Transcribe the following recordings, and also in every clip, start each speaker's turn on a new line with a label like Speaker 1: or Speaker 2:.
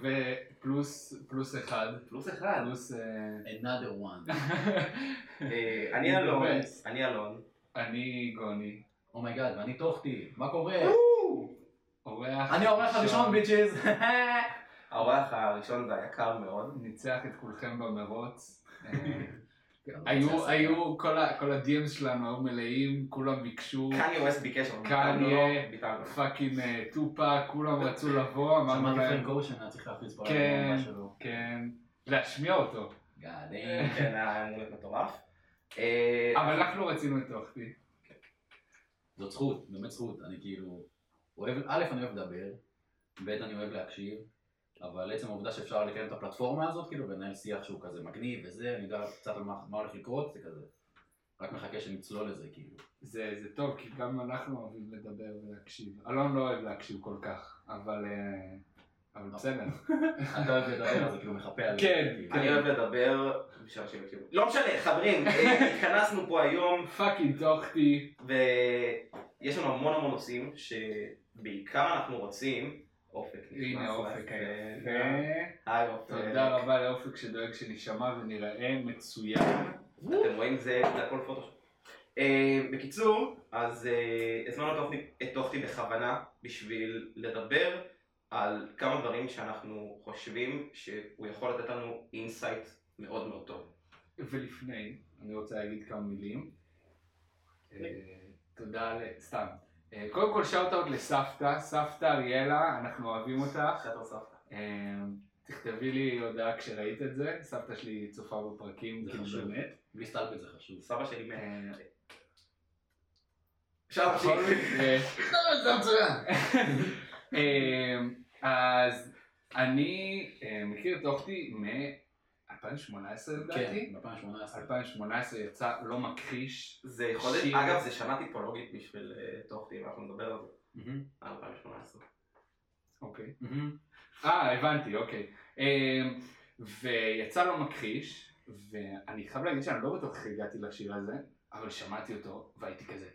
Speaker 1: ופלוס פלוס אחד.
Speaker 2: פלוס אחד.
Speaker 1: פלוס... אה,
Speaker 3: another one.
Speaker 2: אה, אני אלון,
Speaker 1: מתבאס.
Speaker 2: אני אלון.
Speaker 1: אני גוני.
Speaker 3: אומייגאד, Oh ואני טוחתי, מה קורה?
Speaker 1: כן. אורח...
Speaker 3: אני העורך הראשון ביצ'יז.
Speaker 2: האורח הראשון והיקר מאוד.
Speaker 1: ניצח את כולכם במרוץ. אה,
Speaker 3: ניצח.
Speaker 1: היו, היו, כל ה- כל ה-DMs שלנו היו מלאים, כולם ביקשו,
Speaker 2: קניה ווסט ביקש, אבל
Speaker 1: כן. קניה.
Speaker 2: ביטלנו לו, ביטלנו.
Speaker 1: פאקינג אה, טופק, כולם רצו לבוא, אמרנו
Speaker 3: שמעתי
Speaker 1: להם,
Speaker 3: פרנק אושן, היה לא. צריך להפיץ בעולם.
Speaker 1: כן.
Speaker 3: משהו.
Speaker 1: כן, להשמיע אותו.
Speaker 3: גאדים.
Speaker 2: כן, היה אמור להיות מטורף. אה,
Speaker 1: אבל אנחנו רצינו את אוכטי.
Speaker 3: זאת זכות, באמת זכות. אני כאילו... אוהב, א', אני אוהב לדבר, ב', אני אוהב להקשיב, אבל עצם העובדה שאפשר לקיים את הפלטפורמה הזאת, כאילו, ולנהל שיח שהוא כזה מגניב וזה, אני יודע קצת על מה, מה הולך לקרות, זה כזה. רק מחכה שנצלול לזה, כאילו.
Speaker 1: זה, זה טוב, כי גם אנחנו אוהבים לדבר ולהקשיב. אלון לא אוהב להקשיב כל כך, אבל, אה, אבל
Speaker 3: לא.
Speaker 1: בסדר.
Speaker 3: אתה אוהב לדבר, אז זה כאילו מחפה על זה.
Speaker 1: כן,
Speaker 3: כאילו.
Speaker 2: אני אוהב לדבר בשביל אנשים יקשיבו. לא משנה, חברים, אה, התכנסנו פה היום,
Speaker 1: פאקינג טוחתי.
Speaker 2: ויש לנו המון המון נושאים, שבעיקר אנחנו רוצים... אופק
Speaker 1: הנה
Speaker 2: נכנס
Speaker 1: אופק
Speaker 2: לישראל.
Speaker 3: אה,
Speaker 1: היפה.
Speaker 2: היי אופק.
Speaker 1: תודה רבה לאופק שדואג שנישמע ונראה מצוין.
Speaker 2: אתם רואים זה, זה הכל פוטושופ. אה, בקיצור, אז אה, הזמנו את אופני- את אופטי בכוונה בשביל לדבר על כמה דברים שאנחנו חושבים שהוא יכול לתת לנו אינסייט מאוד מאוד טוב.
Speaker 1: ולפני, אני רוצה להגיד כמה מילים. אה, תודה ל... סתם. אה, קודם כל שאוט אאוט לסבתא, סבתא אריאלה, אנחנו אוהבים אותך.
Speaker 2: אחת הוספת.
Speaker 1: אה, תכתבי לי הודעה כשראית את זה, סבתא שלי צופה בפרקים,
Speaker 3: זה
Speaker 1: כאילו
Speaker 3: חשוב.
Speaker 1: באמת.
Speaker 3: בלי סטלבט זה חשוב.
Speaker 2: סבא שלי מת.
Speaker 1: אה,
Speaker 2: אפשר
Speaker 1: בכל
Speaker 2: להמשיך.
Speaker 1: מקרה,
Speaker 3: זה מצוין.
Speaker 1: אה, אז אני אה, מכיר את אוכטי מ-2018 לדעתי.
Speaker 3: כן, ב-2018.
Speaker 1: 2018 יצא לא מכחיש.
Speaker 2: זה חודש,
Speaker 1: שיר.
Speaker 2: אגב זה שנה טיפולוגית בשביל טוחטי, ואנחנו נדבר על זה
Speaker 3: מהמם,
Speaker 2: על 2018.
Speaker 1: אוקיי.
Speaker 3: מהמם.
Speaker 1: אה, הבנתי, אוקיי. אמ, ויצא לו מכחיש, ואני חייב להגיד שאני לא בטוח איך הגעתי לשיר הזה, אבל שמעתי אותו, והייתי כזה,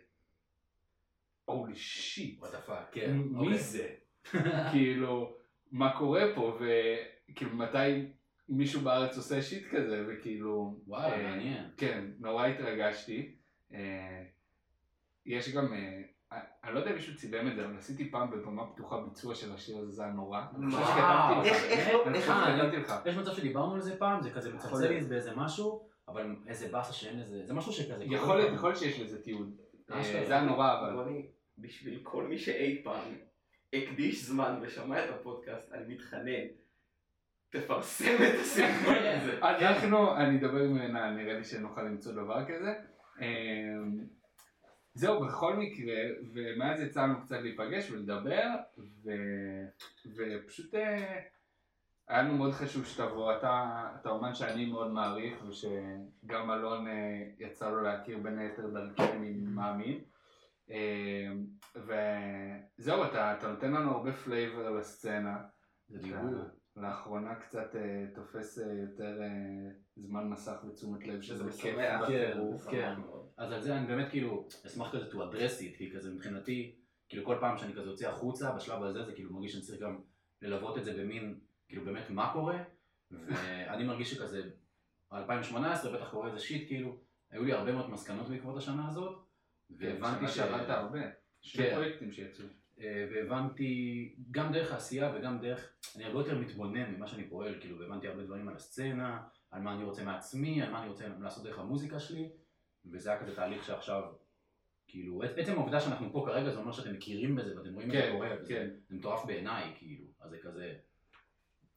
Speaker 1: הולי שיט,
Speaker 3: What the fuck, כן.
Speaker 1: מי
Speaker 3: אוקיי.
Speaker 1: זה? כאילו, מה קורה פה, וכאילו, מתי מישהו בארץ עושה שיט כזה, וכאילו...
Speaker 3: וואלה,
Speaker 1: אה,
Speaker 3: מעניין.
Speaker 1: כן, נורא התרגשתי. אה, יש גם, אה, אה, אני לא יודע אם מישהו צילם את זה, אבל עשיתי פעם בבמה פתוחה ביצוע של השיר הזה, זה היה נורא. אני חושב
Speaker 2: וואו,
Speaker 1: שכתבתי לך. נכון.
Speaker 2: איך- איך לא-
Speaker 1: אני
Speaker 2: איך
Speaker 1: חושב
Speaker 3: אה,
Speaker 1: שכתבתי לך.
Speaker 3: יש מצב שדיברנו על זה פעם, זה כזה
Speaker 1: יכול
Speaker 3: מצלצל
Speaker 1: להיות.
Speaker 3: לי באיזה משהו, אבל איזה באסה שאין לזה, זה משהו שכזה...
Speaker 1: יכול להיות, יכול להיות שיש לזה תיעוד. אה, זה היה נורא, אבל...
Speaker 2: רוני, כן. בשביל כל מי שאי פעם הקדיש זמן ושמע את הפודקאסט, אני מתחנן. תפרסם את הסרטון הזה.
Speaker 1: אנחנו, אני אדבר עם עינה, נראה לי שנוכל למצוא דבר כזה. אמ, זהו, בכל מקרה, ומאז יצאנו קצת להיפגש ולדבר, ו... ופשוט אה, היה לנו מאוד חשוב שתבוא, אתה, אתה אומן שאני מאוד מעריך, ושגם אלון אה, יצא לו להכיר בין היתר דרכי, אני מאמין. אמ, וזהו, אתה, אתה נותן לנו הרבה פלייבר לסצנה.
Speaker 3: זה דיבור.
Speaker 1: לאחרונה קצת אה, תופס אה, יותר אה, זמן מסך ותשומת לב, שזה
Speaker 2: שזה
Speaker 1: כיף.
Speaker 2: משמח.
Speaker 1: בטירוף.
Speaker 3: כן. אז על זה אני באמת כאילו אשמח כזה to address it, כי כזה מבחינתי, כאילו כל פעם שאני כזה יוצא החוצה, בשלב הזה זה כאילו מרגיש שאני צריך גם ללוות את זה במין, כאילו באמת מה קורה, ואני מרגיש שכזה, 2018 בטח קורה איזה שיט, כאילו, היו לי הרבה מאוד מסקנות בעקבות השנה הזאת,
Speaker 1: והבנתי שעבדת הרבה. שני
Speaker 3: כן.
Speaker 1: פרויקטים שיצאו.
Speaker 3: אה, והבנתי גם דרך העשייה וגם דרך, אני הרבה יותר מתבונן ממה שאני פועל, כאילו, והבנתי הרבה דברים על הסצנה, על מה אני רוצה מעצמי, על מה אני רוצה לעשות דרך המוזיקה שלי, וזה היה כזה תהליך שעכשיו, כאילו, עצ- עצם העובדה שאנחנו פה כרגע זה אומר שאתם מכירים בזה ואתם רואים את זה
Speaker 1: כן,
Speaker 3: קורה, וזה
Speaker 1: כן.
Speaker 3: זה מטורף בעיניי, כאילו, אז זה כזה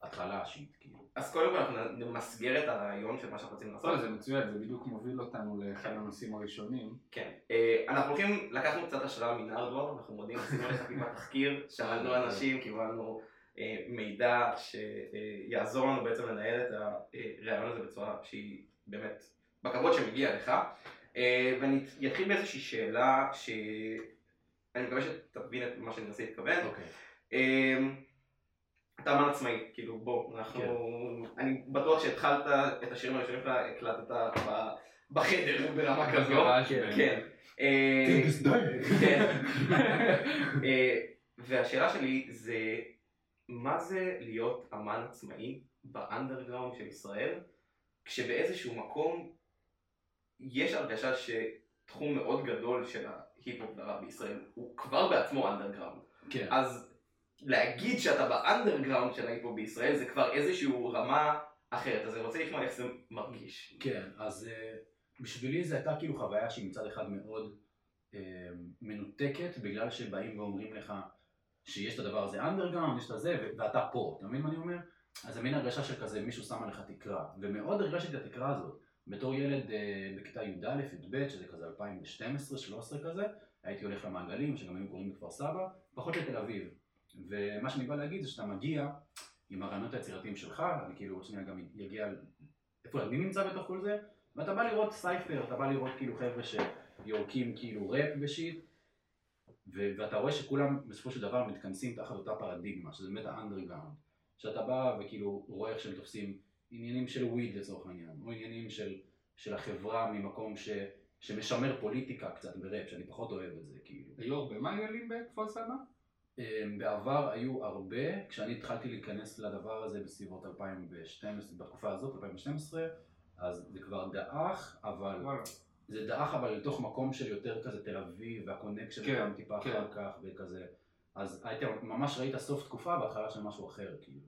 Speaker 3: התחלה שיט, כאילו.
Speaker 2: אז קודם כל אנחנו נמסגר את הרעיון של מה שאנחנו רוצים לעשות.
Speaker 1: לא, זה מצוין, זה בדיוק מוביל אותנו לאחד הנושאים הראשונים.
Speaker 2: כן. אה, אנחנו הולכים, לקחנו קצת השראה מנרדואר, אנחנו מודים, עשינו לך טיפה תחקיר, שאלנו אנשים, קיבלנו אה, מידע שיעזור לנו בעצם לנהל את הרעיון הזה בצורה שהיא באמת בכבוד שמגיע לך. אה, ואני אתחיל באיזושהי שאלה שאני מקווה שתבין את מה שאני מנסה להתכוון.
Speaker 3: אוקיי.
Speaker 2: אמ, אתה אמן עצמאי, כאילו בוא, אנחנו, אני בטוח שהתחלת את השירים הראשונים שלך, הקלטת ב- בחדר ברמה כזו,
Speaker 1: בגראז'
Speaker 2: כן, אה, כן, אה, והשאלה שלי זה מה זה להיות אמן עצמאי באנדרגראונד של ישראל, כשבאיזשהו מקום יש הרגשה שתחום מאוד גדול של ההיפ-הופ והרב בישראל הוא כבר בעצמו אנדרגראונד.
Speaker 3: כן.
Speaker 2: אז להגיד שאתה באנדרגראונד של ההיפ-הופ בישראל זה כבר איזושהי רמה אחרת, אז אני רוצה לשמוע איך זה מרגיש.
Speaker 3: כן, אז אה, בשבילי זו הייתה כאילו חוויה שהיא מצד אחד מאוד אה, מנותקת, בגלל שבאים ואומרים לך שיש את הדבר הזה אנדרגראונד, יש את הזה, ו- ואתה פה, אתה מבין מה אני אומר? אז זה מין הרגשה של כזה מישהו שם עליך תקרה, ומאוד הרגשתי את התקרה הזאת. בתור ילד אה, בכיתה י"א, י"ב, שזה כזה 2012-2013 כזה, הייתי הולך למעגלים, שגם היו קוראים בכפר סבא, פחות לתל אביב. ומה שאני בא להגיד זה שאתה מגיע עם הרעיונות היצירתיים שלך, אני כאילו עוד שנייה גם אגיע על- איפה אני נמצא בתוך כל זה, ואתה בא לראות סייפר, אתה בא לראות כאילו חבר'ה שיורקים כאילו ראפ ושיט, ו- ואתה רואה שכולם בסופו של דבר מתכנסים תחת אותה פרדיגמה, שזה באמת האנדרגראונד, שאתה בא וכאילו רואה איך שהם תופסים עניינים של וויד לצורך העניין, או עניינים של, של החברה ממקום ש- שמשמר פוליטיקה קצת בראפ, שאני פחות אוהב את זה כאילו.
Speaker 1: היו הרבה מעגלים בכפר סבא?
Speaker 3: אמ, בעבר היו הרבה, כשאני התחלתי להיכנס לדבר הזה בסביבות 2012, בתקופה הזאת, 2012, אז זה כבר דעך, אבל
Speaker 1: וואלה.
Speaker 3: זה דעך אבל לתוך מקום של יותר כזה תל אביב, והקונקשן
Speaker 1: כן,
Speaker 3: גם טיפה
Speaker 1: כן.
Speaker 3: אחר כך וכזה. אז היית, ממש ראית סוף תקופה והתחלה של משהו אחר, כאילו.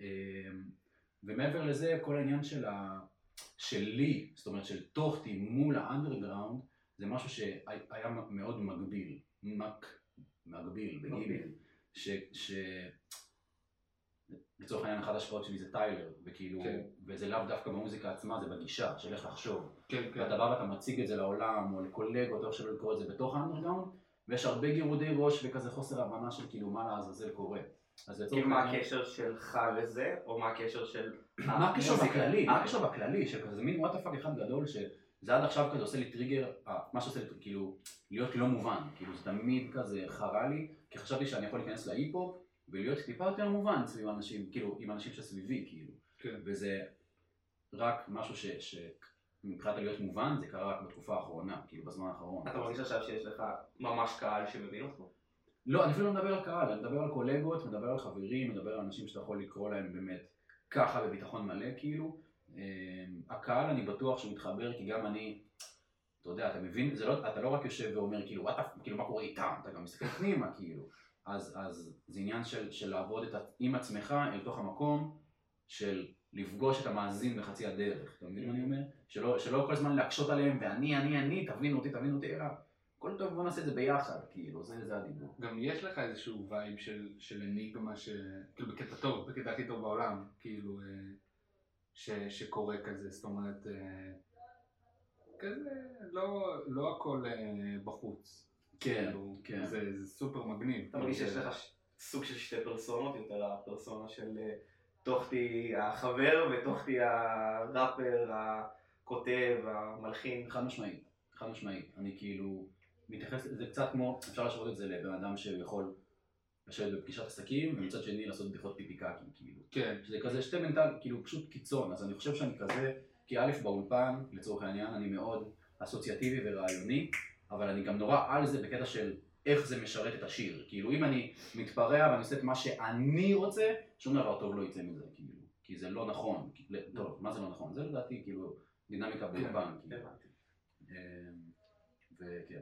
Speaker 3: אמ, ומעבר לזה, כל העניין של ה... שלי, זאת אומרת של טוחטי מול האנדרגראונד, זה משהו שהיה מאוד מגביל. מק... מגביל, בגיל. ש... ש... לצורך העניין אחת ההשפעות שלי זה טיילר, וכאילו,
Speaker 1: כן.
Speaker 3: וזה לאו דווקא במוזיקה עצמה, זה בגישה, של איך לחשוב.
Speaker 1: כן, כן.
Speaker 3: ואתה בא ואתה מציג את זה לעולם, או לקולגות, או איך שלא לקרוא את זה בתוך האנדרגאונד, ויש הרבה גירודי ראש וכזה חוסר הבנה של כאילו מה לעזאזל קורה. אז לצורך
Speaker 2: כאילו מה
Speaker 3: העניין,
Speaker 2: הקשר שלך לזה, או מה הקשר של...
Speaker 3: מה הקשר
Speaker 2: המוזיקה?
Speaker 3: בכללי,
Speaker 2: אה,
Speaker 3: מה הקשר בכללי, שכזה מין וואטה פאק אחד גדול, שזה עד עכשיו כזה עושה לי טריגר, אה, מה שעושה לי כאילו, להיות לא מובן, כאילו זה תמיד כזה חרה לי, כי חשבתי שאני יכול להיכנס להיפ-הופ, ולהיות טיפה יותר מובן סביב אנשים, כאילו, עם אנשים שסביבי, כאילו.
Speaker 1: כן.
Speaker 3: וזה רק משהו ש... ש... מבחינת להיות מובן, זה קרה רק בתקופה האחרונה, כאילו בזמן האחרון.
Speaker 2: אתה מרגיש עכשיו שיש לך ממש קהל שמבין אותך?
Speaker 3: לא, אני אפילו לא מדבר על קהל, אני מדבר על קולגות, מדבר על חברים, מדבר על אנשים שאתה יכול לקרוא להם באמת ככה בביטחון מלא כאילו. אמ, הקהל אני בטוח שהוא מתחבר כי גם אני, אתה יודע, אתה מבין, זה לא, אתה לא רק יושב ואומר כאילו, "What the- כאילו מה קורה איתם, אתה גם מסתכל פנימה כאילו. אז, אז זה עניין של, של לעבוד את, ה- עם עצמך אל תוך המקום של לפגוש את המאזין בחצי הדרך, אתה מבין מה אני אומר? שלא, שלא כל הזמן להקשות עליהם ואני, אני, אני, תבינו אותי, תבינו אותי, אלא הכל טוב, בוא נעשה את זה ביחד, כאילו, זה, זה הדיבור.
Speaker 1: גם יש לך איזשהו וייב של, של אניגמה, ש... כאילו בקטע טוב, בקטע הכי טוב בעולם, כאילו, אה, ש, שקורה כזה, זאת אומרת, אה, כזה, לא, לא הכל אה, בחוץ.
Speaker 3: כן,
Speaker 1: כאילו,
Speaker 3: כן.
Speaker 1: זה, זה סופר מגניב.
Speaker 2: אתה מרגיש
Speaker 3: אוקיי.
Speaker 2: שיש
Speaker 1: זה-
Speaker 2: לך ש- סוג של שתי פרסונות יותר, הפרסונה של אה, טוחטי החבר וטוחטי הראפר, הכותב, המלחין.
Speaker 3: חד משמעית, חד משמעית. אני כאילו מתייחס לזה קצת כמו, אפשר להשוות את זה לבן אדם שיכול לשבת בפגישת עסקים, ומצד שני לעשות בדיחות פיפיקקים, כאילו.
Speaker 1: כן,
Speaker 3: שזה כזה שתי מנטל, כאילו פשוט קיצון, אז אני חושב שאני כזה, כי א' באולפן, לצורך העניין, אני מאוד אסוציאטיבי ורעיוני, אבל אני גם נורא על זה בקטע של איך זה משרת את השיר. כאילו אם אני מתפרע ואני עושה את מה שאני רוצה, שום דבר טוב לא יצא מזה, כאילו. כי זה לא נכון. כי- לא, טוב, מה זה לא נכון? זה לדעתי כאילו דינמיקה באולפן. כאילו.
Speaker 2: הבנתי.
Speaker 3: אמ, וכן.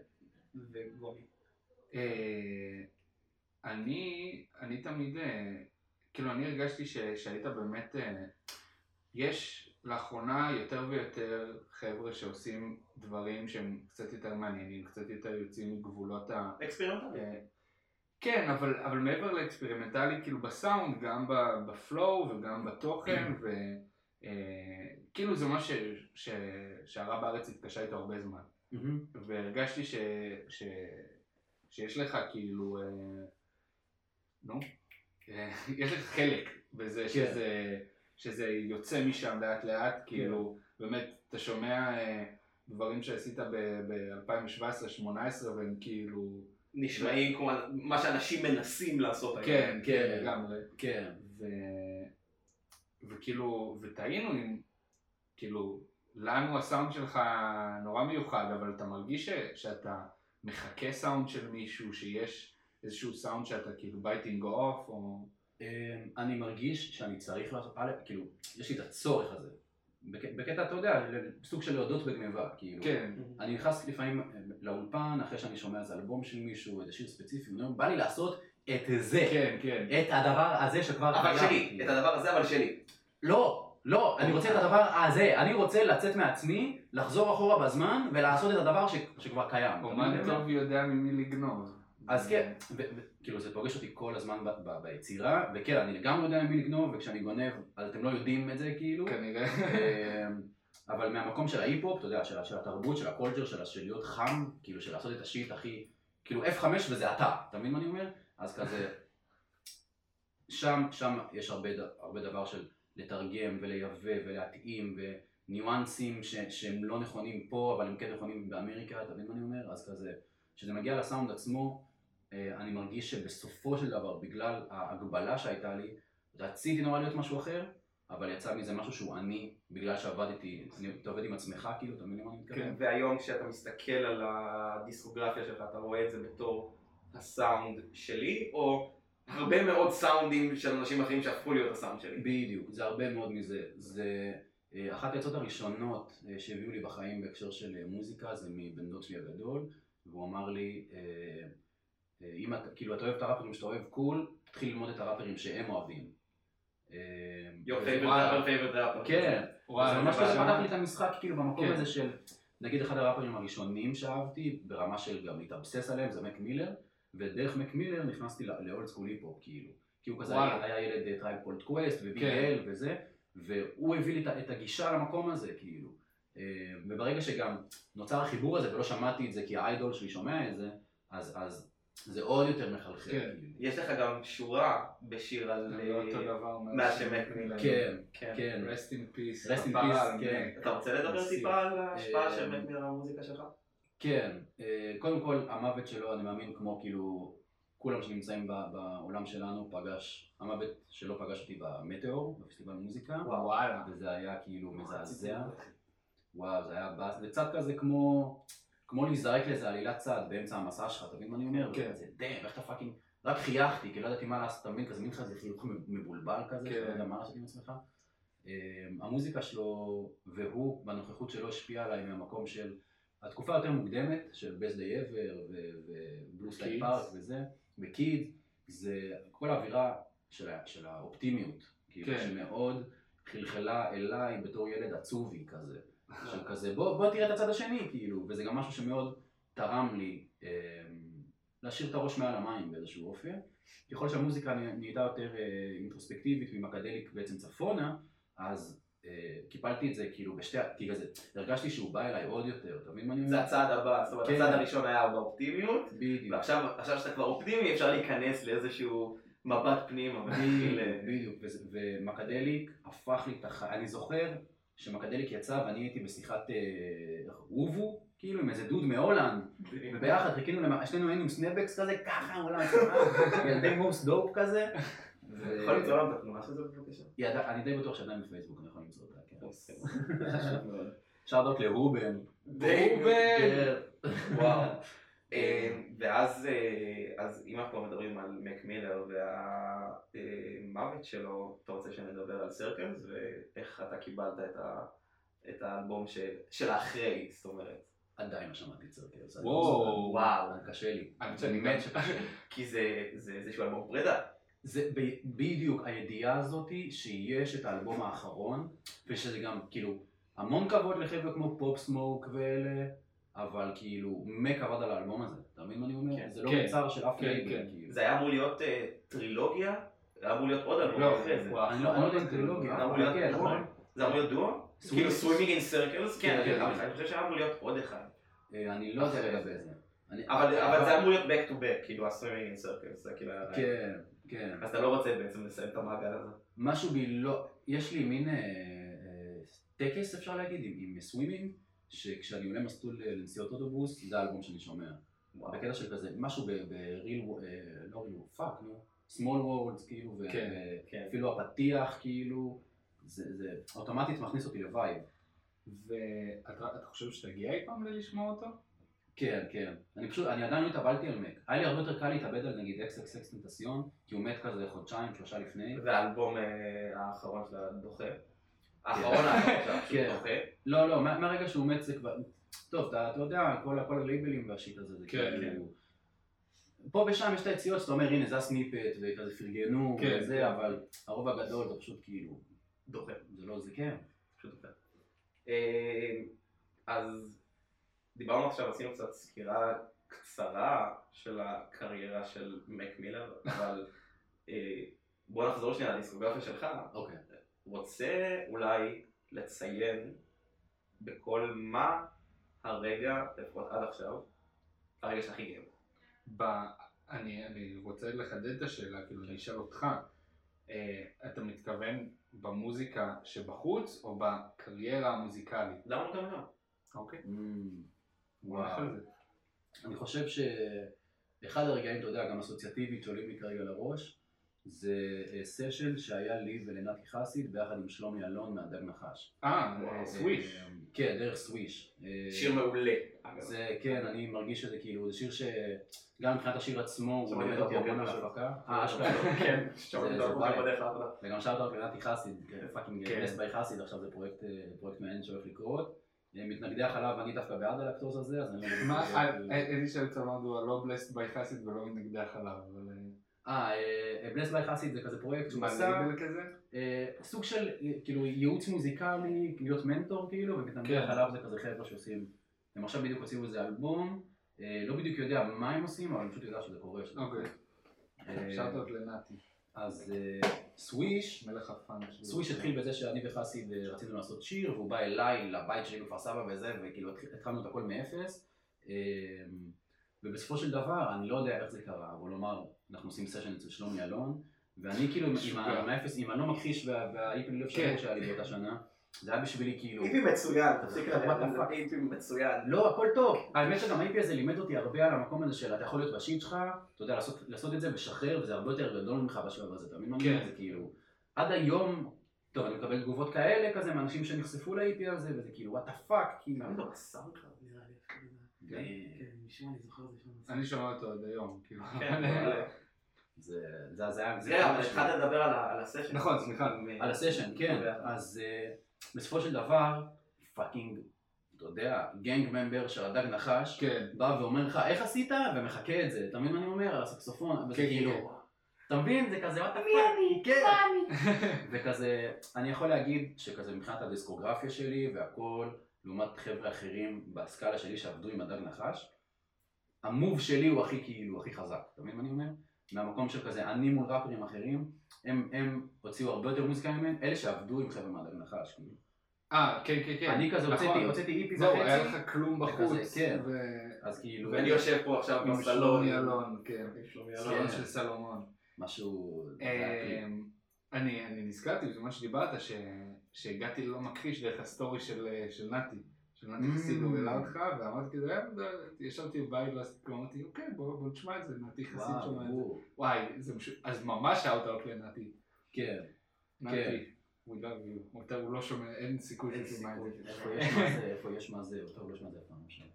Speaker 2: וגומי.
Speaker 1: אה, אני, אני תמיד, אה, כאילו אני הרגשתי ש, שהיית באמת, אה, יש לאחרונה יותר ויותר חבר'ה שעושים דברים שהם קצת יותר מעניינים, קצת יותר יוצאים מגבולות ה...
Speaker 2: אקספרימנטלי.
Speaker 1: אה, כן, אבל, אבל מעבר לאקספרימנטלי, כאילו בסאונד, גם ב- בפלואו וגם בתוכן, ו... אה, כאילו זה מה ש- ש- שהרע בארץ התקשה איתו הרבה זמן. והרגשתי ש... ש... שיש לך כאילו, אה, נו, אה, יש לך חלק בזה שזה, שזה יוצא משם לאט לאט, כאילו, באמת, אתה שומע אה, דברים שעשית ב-2017-2018 והם כאילו,
Speaker 2: נשמעים כמו מה שאנשים מנסים לעשות היום.
Speaker 1: כן,
Speaker 3: כן.
Speaker 1: כן, לגמרי,
Speaker 3: כן.
Speaker 1: ו... וכאילו, וטעינו אם, כאילו, לנו הסאונד שלך נורא מיוחד, אבל אתה מרגיש ש... שאתה מחכה סאונד של מישהו, שיש איזשהו סאונד שאתה כאילו בייטינג אוף, או...
Speaker 3: אמ, אני מרגיש שאני צריך לעשות, א', כאילו, יש לי את הצורך הזה. בק- בקטע, אתה יודע, ל- סוג של להודות בגניבה, כאילו.
Speaker 1: כן,
Speaker 3: אני נכנס לפעמים אה, לאולפן, אחרי שאני שומע איזה אלבום של מישהו, איזה שיר ספציפי, ואני אומר, בא לי לעשות את זה.
Speaker 1: כן, כן.
Speaker 3: את הדבר הזה שכבר
Speaker 2: אבל
Speaker 3: קיים,
Speaker 2: שלי,
Speaker 3: כאילו.
Speaker 2: את הדבר הזה אבל שלי.
Speaker 3: לא, לא, אני רוצה את הדבר הזה. אני רוצה לצאת מעצמי, לחזור אחורה בזמן, ולעשות את הדבר ש- שכבר קיים.
Speaker 1: אומן
Speaker 3: אתה מבין?
Speaker 1: טוב יודע ממי לגנוב.
Speaker 3: אז כן, ו- ו- כאילו זה פוגש אותי כל הזמן ב- ב- ביצירה, וכן, אני לגמרי יודע ממי לגנוב, וכשאני גונב, אז אתם לא יודעים את זה, כאילו.
Speaker 1: כנראה.
Speaker 3: אמ, אבל מהמקום של ההיפ-הופ, אתה יודע, של ה- של התרבות, של הקולג'ר, של ה- של להיות חם, כאילו של לעשות את השיט הכי, כאילו F5 וזה אתה, אתה מבין מה אני אומר? אז כזה, שם, שם יש הרבה, ד- הרבה דבר של לתרגם ולייבא ולהתאים וניואנסים ש, שהם לא נכונים פה, אבל הם כן נכונים באמריקה, אתה מבין מה אני אומר? אז כזה, כשזה מגיע לסאונד עצמו, אה, אני מרגיש שבסופו של דבר, בגלל ההגבלה שהייתה לי, רציתי נורא להיות משהו אחר, אבל יצא מזה משהו שהוא אני, בגלל שעבדתי, אני- אתה עובד עם עצמך כאילו, אתה מבין למה אני מתכוון?
Speaker 1: כן.
Speaker 2: והיום כשאתה מסתכל על הדיסקוגרפיה שלך, אתה רואה את זה בתור הסאונד שלי, או הרבה מאוד סאונדים של אנשים אחרים שהפכו להיות הסאונד שלי.
Speaker 3: בדיוק, זה הרבה מאוד מזה. זה אה, אחת העצות הראשונות אה, שהביאו לי בחיים בהקשר של אה, מוזיקה, זה מבן דוד שלי הגדול, והוא אמר לי, אה, אה, אם אתה, כאילו, אתה אוהב את הראפרים שאתה אוהב, קול, תתחיל ללמוד את הראפרים שהם אוהבים. אה,
Speaker 2: Your
Speaker 3: וזה-
Speaker 2: favorite rapper, favorite rapper.
Speaker 3: כן,
Speaker 1: וואי,
Speaker 3: זה ממש
Speaker 1: אבל-
Speaker 3: כזה פתח לי את המשחק, כאילו במקום
Speaker 1: כן.
Speaker 3: הזה של, נגיד אחד הראפרים הראשונים שאהבתי, ברמה של גם להתאבסס עליהם, זה מק מילר, ודרך מק מילר נכנסתי לאולד סקול היפ-הופ, כאילו. כי הוא כזה
Speaker 1: וואי.
Speaker 3: היה, היה ילד אה, טרייב קולד קווסט,
Speaker 1: כן.
Speaker 3: ו-BL וזה, והוא הביא לי את, ה- את הגישה למקום הזה, כאילו. אה, וברגע שגם נוצר החיבור הזה, ולא שמעתי את זה כי האיידול שלי שומע את זה, אז, אז זה עוד יותר מחלחל,
Speaker 1: כן.
Speaker 3: כאילו.
Speaker 2: יש לך גם שורה בשיר על...
Speaker 1: זה לא אותו דבר.
Speaker 2: מה שמק מילר.
Speaker 3: כן,
Speaker 2: כן.
Speaker 3: כן.
Speaker 1: רסט אין פיס.
Speaker 3: Rest in peace, כן.
Speaker 2: אתה רוצה לדבר
Speaker 3: נסיר.
Speaker 2: טיפה על ההשפעה של
Speaker 3: אה,
Speaker 2: מק מילר על המוזיקה שלך?
Speaker 3: כן, אה, קודם כל המוות שלו, אני מאמין כמו כאילו כולם שנמצאים ב- בעולם שלנו, פגש, המוות שלו פגש אותי במטאור, בפסטיבל מוזיקה,
Speaker 1: וואלה.
Speaker 3: וזה היה
Speaker 1: אה,
Speaker 3: כאילו מזעזע, וואו, זה היה באס, זה קצת כזה כמו, כמו להיזרק לאיזה עלילת צעד באמצע המסע שלך, אתה מבין מה אני אומר?
Speaker 1: כן.
Speaker 3: זה דאם, איך אתה פאקינג, רק חייכתי, כי לא ידעתי מה לעשות, אתה מבין, כזה מין כזה חיוך מבולבל כזה,
Speaker 1: כן.
Speaker 3: שאתה לא יודע מה לעשות עם עצמך. אמ, המוזיקה שלו והוא והנוכחות שלו השפיעה עליי מהמקום של התקופה היותר מוקדמת של best day ever ובלוס
Speaker 1: Kids.
Speaker 3: ליי פארק וזה, וקיד, זה כל האווירה של, ה- של האופטימיות, כאילו
Speaker 1: כן.
Speaker 3: שמאוד חלחלה אליי בתור ילד עצובי כזה, של כזה בוא, בוא תראה את הצד השני כאילו, וזה גם משהו שמאוד תרם לי אמ, להשאיר את הראש מעל המים באיזשהו אופן. ככל שהמוזיקה נה- נהייתה יותר אה, אינטרוספקטיבית ממקדליק בעצם צפונה, אז אה, קיפלתי את זה כאילו בשתי, ה- כי כזה, הרגשתי שהוא בא אליי עוד יותר, אתה מבין מה אני אומר?
Speaker 2: זה הצעד הבא, זאת אומרת
Speaker 3: כן.
Speaker 2: הצעד הראשון היה באופטימיות,
Speaker 3: בדיוק.
Speaker 2: ועכשיו עכשיו שאתה כבר אופטימי אפשר להיכנס לאיזשהו מבט פנימה. ולהתחיל,
Speaker 3: בדיוק,
Speaker 2: אה,
Speaker 3: בדיוק, וזה- ומקדליק הפך לי את החיים, אני זוכר שמקדליק יצא ואני הייתי בשיחת אה, איך- אובו, כאילו עם איזה דוד מהולנד, וביחד חיכינו, למ- שנינו היינו עם סנאבקס כזה, ככה העולם שלנו, ילדי מורס דופ כזה. ו-
Speaker 2: יכול למצוא לנו את התמונה של זה בבקשה?
Speaker 3: היא עדיין- אני די בטוח שעדיין בפייסבוק, אני יכול למצוא אותה, כן. שאלות לרובן.
Speaker 1: רובן!
Speaker 2: וואו. אה, ואז אה, אז אם אנחנו כבר מדברים על מק מילר והמוות אה, שלו, אתה רוצה שנדבר על סרקלס ואיך אתה קיבלת את ה- את האלבום של- של האחרי, זאת אומרת.
Speaker 3: עדיין לא שמעתי את סרקלס.
Speaker 1: וואו.
Speaker 3: וואו, קשה לי.
Speaker 1: האמת שאני
Speaker 3: באמת
Speaker 1: גם-
Speaker 3: שקשה לי.
Speaker 2: כי זה זה איזשהו אלבום פרידה.
Speaker 3: זה ב- בדיוק הידיעה הזאתי שיש את האלבום האחרון, ושזה גם כאילו המון כבוד לחבר'ה כמו פופ סמוק ואלה, אבל כאילו מק עבד על האלבום הזה, אתה מבין מה אני אומר?
Speaker 2: כן.
Speaker 3: זה לא
Speaker 1: כן.
Speaker 3: מוצר של אף
Speaker 1: כן,
Speaker 3: לייבל,
Speaker 1: כן.
Speaker 3: כאילו.
Speaker 2: זה היה אמור להיות אה, טרילוגיה, היה אמור להיות עוד אלבום
Speaker 1: לא,
Speaker 2: אחרי זה.
Speaker 1: וואו.
Speaker 3: אני לא אני לא יודע אם טרילוגיה,
Speaker 2: זה אמור
Speaker 3: אבל
Speaker 2: להיות,
Speaker 3: כן,
Speaker 2: נכון.
Speaker 3: נכון.
Speaker 2: זה אמור להיות דואו?
Speaker 3: סווימינג-
Speaker 2: כאילו סווימינג אין סרקלס?
Speaker 3: כן,
Speaker 2: כן, אני
Speaker 3: כן.
Speaker 2: גם- אני חושב שהיה אמור להיות עוד אחד.
Speaker 3: אה, אני לא יודע
Speaker 2: אחרי
Speaker 3: לגבי זה. אני- אה,
Speaker 2: אבל אבל זה אמור להיות back to back, כאילו הסווימינג אין סרקלס, זה כאילו... היה-
Speaker 3: כן, כן.
Speaker 2: אז אתה לא רוצה בעצם לסיים את המעגל הזה.
Speaker 3: משהו בי לא, יש לי מין אה, אה, טקס אפשר להגיד עם, עם סווימינג, שכשאני עולה מסלול אה, לנסיעות אוטובוס, זה האלבום שאני שומע. בקטע של כזה, משהו בריל, לא ריל, פאק, נו, small worlds כאילו, ו-
Speaker 1: כן,
Speaker 2: כן.
Speaker 3: ואפילו הפתיח כאילו, זה, זה אוטומטית מכניס אותי לווייב.
Speaker 1: ואתה אתה חושב שתגיע אי פעם ללשמוע אותו?
Speaker 3: כן, כן. אני פשוט, אני עדיין לא התאבלתי על מק. היה לי הרבה יותר קל להתאבד על נגיד XXX טנטסיון, כי הוא מת כזה חודשיים, שלושה לפני.
Speaker 2: והאלבום אה, האחרון שלה דוחה. האחרון האחרון שלה פשוט
Speaker 3: כן.
Speaker 2: דוחה.
Speaker 3: לא, לא, מה- מהרגע שהוא מת זה כבר... טוב, אתה, אתה יודע, כל, כל הלייבלים והשיט הזה, זה
Speaker 1: כן,
Speaker 3: כאילו... פה ושם יש את היציאות שאתה אומר, הנה זה הסניפט, וכזה פרגנו,
Speaker 1: כן.
Speaker 3: וזה, אבל הרוב הגדול זה פשוט כאילו,
Speaker 2: דוחה.
Speaker 3: זה לא זה כן.
Speaker 2: פשוט דוחה. אה, אז דיברנו עכשיו, עשינו קצת סקירה קצרה של הקריירה של מק מילר, אבל אה, בוא נחזור שנייה לדיסקוגרפיה שלך.
Speaker 3: אוקיי.
Speaker 2: רוצה אולי לציין בכל מה הרגע, לפחות עד עכשיו, הרגע שהכי גאה. בו.
Speaker 1: ב... אני, אני רוצה לחדד את השאלה, כאילו, אני אשאל אותך, אה, אתה מתכוון במוזיקה שבחוץ או בקריירה המוזיקלית?
Speaker 2: למה לא גם לא?
Speaker 1: אוקיי.
Speaker 3: Mm, וואו. אני חושב שאחד הרגעים, אתה יודע, גם אסוציאטיבית שעולים לי כרגע לראש, זה אה, סשן שהיה לי ולנתי חסיד ביחד עם שלומי אלון מהדג נחש.
Speaker 1: אה,
Speaker 2: וואו.
Speaker 1: אה, סוויש.
Speaker 3: אה, כן, דרך סוויש. אה,
Speaker 2: שיר מעולה. אגב.
Speaker 3: זה, כן, אני מרגיש שזה כאילו, זה שיר שגם מבחינת השיר עצמו, הוא
Speaker 2: שמעתי
Speaker 3: מלמד
Speaker 2: אותו
Speaker 3: אותי המון על
Speaker 2: בבוקר פשוט.
Speaker 3: ההפקה. אה, אשכרה.
Speaker 2: כן,
Speaker 3: זה-
Speaker 2: שומעים
Speaker 3: זה
Speaker 2: דרכו גם
Speaker 3: וואלה.
Speaker 2: בדרך לעבודה.
Speaker 3: וגם שאלת אותי לנתי חסיד, פאקינג
Speaker 1: כן.
Speaker 3: בס ביי חסיד, עכשיו זה פרויקט, אה, פרויקט מעניין שהולך לקרות. אה, מתנגדי החלב, אני דווקא בעד הלקטוז הזה, אז אני...
Speaker 1: מה,
Speaker 3: אה,
Speaker 1: אה, אה, אלישע יוצא מדוע לא בלסט בי חסיד ולא מתנגדי החלב, אבל...
Speaker 3: אה, בלס ביי חסיד זה כזה פרויקט שהוא עשה.
Speaker 1: מעלה כזה?
Speaker 3: אה, סוג של אה, כאילו ייעוץ מוזיקלי, להיות מנטור כאילו, ומתנגד
Speaker 1: כן.
Speaker 3: עליו זה כזה חבר'ה שעושים, הם עכשיו בדיוק הוציאו איזה אלבום, אה, לא בדיוק יודע מה הם עושים, אבל אני פשוט יודע שזה קורה. שזה
Speaker 1: אוקיי.
Speaker 3: קורה. אה,
Speaker 1: שאלת עוד לנתי,
Speaker 3: אז אה, סוויש,
Speaker 1: מלך הפאנק שלי.
Speaker 3: סוויש התחיל בזה שאני וחסיד אה, רצינו לעשות שיר, והוא בא אליי לבית שלי בכפר סבא וזה, וכאילו התח- התחלנו את הכל מאפס. אה, ובסופו של דבר, אני לא יודע איך זה קרה, אבל לומר, אנחנו עושים סשן אצל שלומי אלון, ואני כאילו, עם ה-
Speaker 1: משוגע.
Speaker 3: עם האפס, עם הלא מכחיש וה- והאיפן לב
Speaker 1: כן.
Speaker 3: שלו שהיה לי באותה שנה, זה היה בשבילי כאילו,
Speaker 2: איפי מצוין, תפסיק
Speaker 3: אה, What the
Speaker 2: לדעת,
Speaker 3: fuck?
Speaker 2: איפי מצוין.
Speaker 3: לא, הכל טוב. האמת שגם ה-IP הזה לימד אותי הרבה על המקום הזה של אתה יכול להיות בשיט שלך, אתה יודע, לעשות, לעשות את זה ולשחרר, וזה הרבה יותר גדול ממך בשלב הזה, אתה מבין מה אני אומר?
Speaker 1: כן.
Speaker 3: זה כאילו, עד היום, טוב, אני מקבל תגובות כאלה כזה מאנשים שנחשפו ל-IP הזה, וזה כאילו, וואטה פאק, כאילו.
Speaker 2: גם לא בסאונד קלאוד, נראה לי.
Speaker 3: אה,
Speaker 2: כן, משום מה אני זוכר את זה שם.
Speaker 1: אני שומע אותו עוד היום, כאילו.
Speaker 2: כן,
Speaker 1: אבל-
Speaker 2: אבל-
Speaker 3: זה זה הזיה. זה
Speaker 2: רגע, אבל
Speaker 3: ממש-
Speaker 2: התחלת לדבר על ה- על הסשן.
Speaker 1: נכון, סליחה.
Speaker 2: מ-
Speaker 3: על הסשן, כן.
Speaker 2: ביחד.
Speaker 3: אז אה, בסופו של דבר, פאקינג, אתה יודע, גנג ממבר של הדג נחש,
Speaker 1: כן.
Speaker 3: בא ואומר לך, איך עשית? ומחקה את זה, אתה מבין מה אני אומר? על הסקסופון, וזה
Speaker 1: כן, כן.
Speaker 3: כאילו, אתה מבין? זה כזה, מה אתה מבין? כן. וכזה, אני יכול להגיד שכזה מבחינת הדיסקוגרפיה שלי והכל, לעומת חבר'ה אחרים בסקאלה שלי שעבדו עם הדג נחש, המוב שלי הוא הכי כאילו, הכי חזק, אתה מבין מה אני אומר? מהמקום של כזה, אני מול ראפרים אחרים, הם, הם הוציאו הרבה יותר מוזיקה ממני, אלה שעבדו עם חבר'ה מהדג נחש, כאילו.
Speaker 1: אה, כן, כן, כן.
Speaker 3: אני כזה
Speaker 1: נכון.
Speaker 3: הוצאתי, הוצאתי איפי
Speaker 1: זהו, היה
Speaker 3: וחצי,
Speaker 1: לך כלום בחוץ.
Speaker 3: וכזה, כן.
Speaker 1: ו-
Speaker 3: אז כאילו,
Speaker 2: ואני יושב פה עכשיו
Speaker 1: עם
Speaker 2: בסלון.
Speaker 1: שלומי אלון, כן.
Speaker 2: עם שלומי אלון.
Speaker 1: סלון
Speaker 3: כן.
Speaker 1: של סלומון.
Speaker 3: משהו, זה היה
Speaker 1: אמ, אני אני נזכרתי במה שדיברת, ש- שהגעתי ללא מכחיש דרך הסטורי של של נתי. של נתי
Speaker 3: Mm.
Speaker 1: חסיד, הוא העלה אותך, ואמרתי כזה, "אה, זה- ישבתי בבית, ואז כאילו אמרתי, אוקיי, בוא בוא נשמע את זה, נתי
Speaker 3: כאילו,
Speaker 1: חסיד
Speaker 3: וואו,
Speaker 1: שומע את זה.
Speaker 3: ברור.
Speaker 1: וואי, זה פשוט, אז ממש האוטאוט לנתי.
Speaker 3: כן,
Speaker 1: נתי, we love you. הוא הוא לא שומע, אין סיכוי
Speaker 2: אין
Speaker 1: שתשמע את
Speaker 2: סיכוי.
Speaker 1: זה.
Speaker 3: איפה יש מה זה, איפה יש מה זה, טוב, לא יש מה זה אף פעם. עכשיו.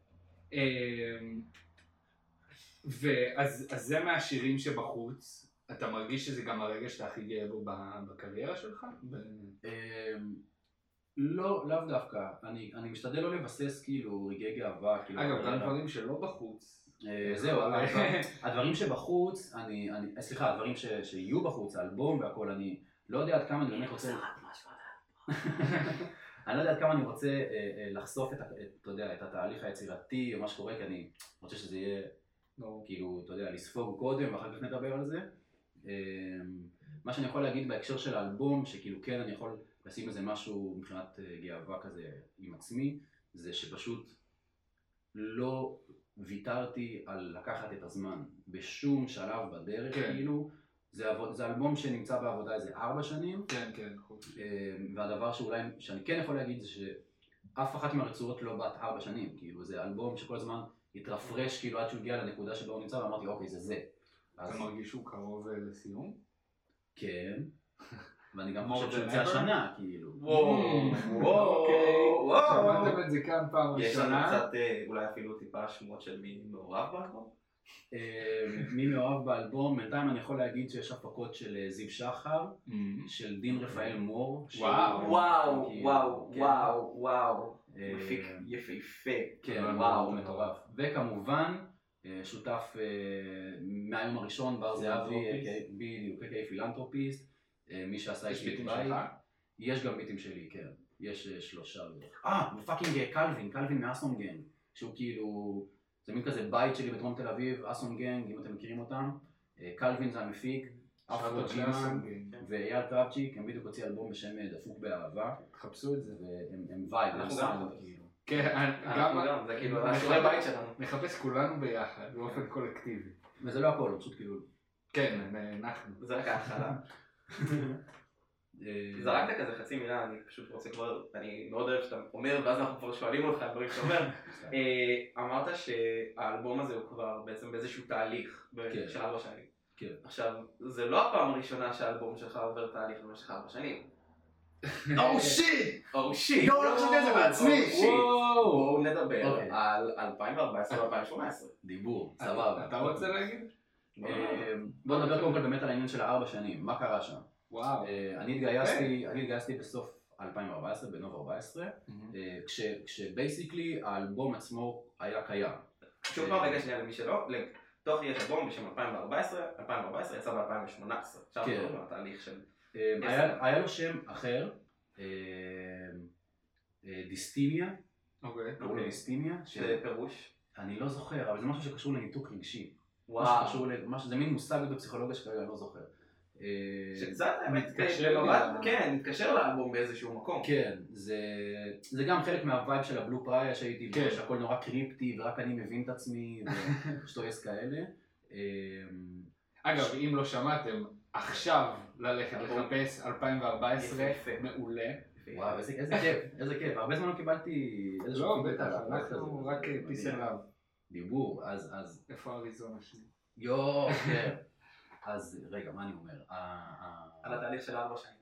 Speaker 1: אמ, ואז אז זה מהשירים שבחוץ, אתה מרגיש שזה גם הרגע שאתה הכי גאה בו ב- בקריירה שלך? ב-
Speaker 3: אמ, לא, לאו דווקא. אני, אני משתדל לא לבסס כאילו רגעי גאווה. כאילו,
Speaker 1: אגב,
Speaker 3: אבל-
Speaker 1: גם דברים שלא בחוץ.
Speaker 3: אה, זהו, הדבר- הדברים שבחוץ, אני, אני, אה, סליחה, הדברים ש, שיהיו בחוץ, האלבום והכל, אני לא יודע עד כמה אני באמת רוצה... אני לא יודע עד כמה אני רוצה אה, אה, לחשוף את, ה- את, אתה יודע, את התהליך היצירתי או מה שקורה, כי אני רוצה שזה יהיה
Speaker 1: נו,
Speaker 3: כאילו, אתה יודע, לספוג קודם ואחר כך נדבר על זה. אמ, מה שאני יכול להגיד בהקשר של האלבום, שכאילו כן, אני יכול לשים איזה משהו מבחינת אה, גאווה כזה עם עצמי, זה שפשוט לא ויתרתי על לקחת את הזמן בשום שלב בדרך,
Speaker 1: כן.
Speaker 3: כאילו. זה, עבוד, זה אלבום שנמצא בעבודה איזה ארבע שנים,
Speaker 1: כן, כן, חוץ.
Speaker 3: אמ, והדבר שאולי, שאני כן יכול להגיד זה שאף אחת מהרצועות לא בת ארבע שנים, כאילו זה אלבום שכל הזמן התרפרש כאילו עד שהוא הגיע לנקודה שבה הוא נמצא ואמרתי אוקיי זה זה. אז
Speaker 1: אתה מרגיש שהוא קרוב אה, לסיום?
Speaker 3: כן, ואני גם
Speaker 1: More
Speaker 3: חושב שהוא
Speaker 1: than
Speaker 3: יוצא
Speaker 1: ever?
Speaker 3: השנה כאילו.
Speaker 2: וואו,
Speaker 1: Mm.
Speaker 2: וואו,
Speaker 1: אוקיי.
Speaker 2: וואו.
Speaker 3: לא.
Speaker 1: שמעתם את זה כאן פעם
Speaker 2: יש לנו
Speaker 1: ראשונה.
Speaker 2: קצת, אה, אולי אפילו טיפה שמות של מי מעורב באלבום?
Speaker 3: אה, מי מאוהב באלבום, בינתיים אני יכול להגיד שיש הפקות של אה, זיו שחר,
Speaker 1: אמ,
Speaker 3: של דין רפאל מור. שהוא-
Speaker 1: וואו,
Speaker 2: וואו,
Speaker 3: כן,
Speaker 2: וואו,
Speaker 3: כן.
Speaker 2: וואו, וואו.
Speaker 3: אה,
Speaker 2: מפיק יפהפה.
Speaker 3: כן,
Speaker 2: וואו.
Speaker 3: וואו, מטורף. וכמובן, אה, שותף אה, מהיום הראשון, בר זהבי,
Speaker 1: פילנתרופיסט.
Speaker 3: אה, בדיוק, aka פילנטרופיסט, אה, מי שעשה
Speaker 1: יש
Speaker 3: איתי
Speaker 1: ביטים
Speaker 3: את
Speaker 1: שלך?
Speaker 3: בית. יש גם ביטים שלי, כן. יש אה, שלושה. אה, ופאקינג אה, קלווין, קלווין מאסון גנג, שהוא כאילו, זה מין כזה בית שלי בדרום תל אביב, אסון גנג, אם אתם מכירים אותם. אה, קלווין זה המפיק,
Speaker 1: שאלות
Speaker 3: אפרו
Speaker 1: של
Speaker 3: ג'ימן
Speaker 1: הסוגים.
Speaker 3: ואייל קרבצ'יק, הם בדיוק הוציאו אלבום בשם אה, דפוק באהבה,
Speaker 1: תחפשו את זה.
Speaker 3: והם הם וייב, הם
Speaker 2: אנחנו גם
Speaker 3: סאונד,
Speaker 2: חפשנו.
Speaker 3: כאילו.
Speaker 1: כן,
Speaker 2: אנחנו
Speaker 3: לא-
Speaker 1: גם
Speaker 2: גם, זה כאילו,
Speaker 1: אנחנו
Speaker 2: השיעורי
Speaker 1: גם-
Speaker 2: בית שלנו.
Speaker 1: נחפש כולנו ביחד,
Speaker 3: כן.
Speaker 1: באופן קולקטיבי.
Speaker 3: וזה לא הכל, הם פשוט כאילו
Speaker 1: כן, אנחנו.
Speaker 2: זה רק ההתחלה.
Speaker 3: אה,
Speaker 2: זרקת כזה חצי מילה, אני פשוט רוצה כבר, אני מאוד אוהב שאתה אומר, ואז אנחנו כבר שואלים אותך על דברים שאתה אומר. אה, אמרת שהאלבום הזה הוא כבר בעצם באיזשהו תהליך
Speaker 3: כן.
Speaker 2: של ארבע שנים.
Speaker 3: כן.
Speaker 2: עכשיו, זה לא הפעם הראשונה שהאלבום שלך עובר תהליך במשך ארבע שנים.
Speaker 3: Oh,
Speaker 1: אה,
Speaker 3: שיט!
Speaker 2: או שיט!
Speaker 3: לא, לא חשבתי על זה בעצמי.
Speaker 2: בואו נדבר
Speaker 3: אוקיי.
Speaker 2: על 2014 ו-2018.
Speaker 3: דיבור, סבבה.
Speaker 1: אתה רוצה להגיד?
Speaker 3: אה, בוא נדבר קודם כל באמת על העניין של הארבע שנים, מה קרה שם.
Speaker 1: וואו.
Speaker 3: אה, אני התגייסתי, אני התגייסתי בסוף 2014, בנוב 14, אה, כש- כשבייסיקלי האלבום עצמו היה קיים. כן.
Speaker 2: שוב פעם, רגע שנייה למי שלא, לתוך יש אלבום בשם 2014, 2014 יצא ב-2018. עכשיו אנחנו
Speaker 3: כן.
Speaker 2: מדברים על התהליך של...
Speaker 3: אה, היה היה לו שם אחר, אה, אה, דיסטימיה,
Speaker 1: אוקיי.
Speaker 3: קראו לו
Speaker 2: אוקיי.
Speaker 3: דיסטימיה,
Speaker 2: שזה פירוש.
Speaker 3: שאני לא זוכר, אבל זה משהו שקשור לניתוק רגשי. משהו
Speaker 2: וואו.
Speaker 3: שקשור למשהו, זה מין מושג בפסיכולוגיה שכרגע אני לא זוכר. אה,
Speaker 2: שקצת האמת,
Speaker 1: מתקשר
Speaker 2: במבט-
Speaker 1: ל-
Speaker 2: כן, מתקשר לאלבום באיזשהו מקום.
Speaker 3: כן, זה, זה גם חלק מהווייב של הבלו פריה שהייתי בו,
Speaker 1: כן.
Speaker 3: שהכל נורא קריפטי ורק אני מבין את עצמי
Speaker 1: אה.
Speaker 3: ושטויס כאלה. אה,
Speaker 1: אגב, אם לא שמעתם, עכשיו ללכת
Speaker 2: נכון.
Speaker 1: לחפש 2014,
Speaker 2: יפה, יפה.
Speaker 1: מעולה.
Speaker 3: וואו, איזה, איזה כיף, איזה כיף. הרבה זמן לא קיבלתי איזשהו
Speaker 1: לא,
Speaker 3: פידבק
Speaker 1: בטח,
Speaker 3: על הפרויקט
Speaker 1: אנחנו
Speaker 3: הזה.
Speaker 1: רק אה,
Speaker 3: מדהים.
Speaker 1: פיס עליו.
Speaker 3: דיבור, אז, אז
Speaker 1: איפה אריזונה שלי?
Speaker 3: יואו, כן. אז רגע, מה אני אומר? ה- ה-
Speaker 2: על התהליך של ארבע שנים.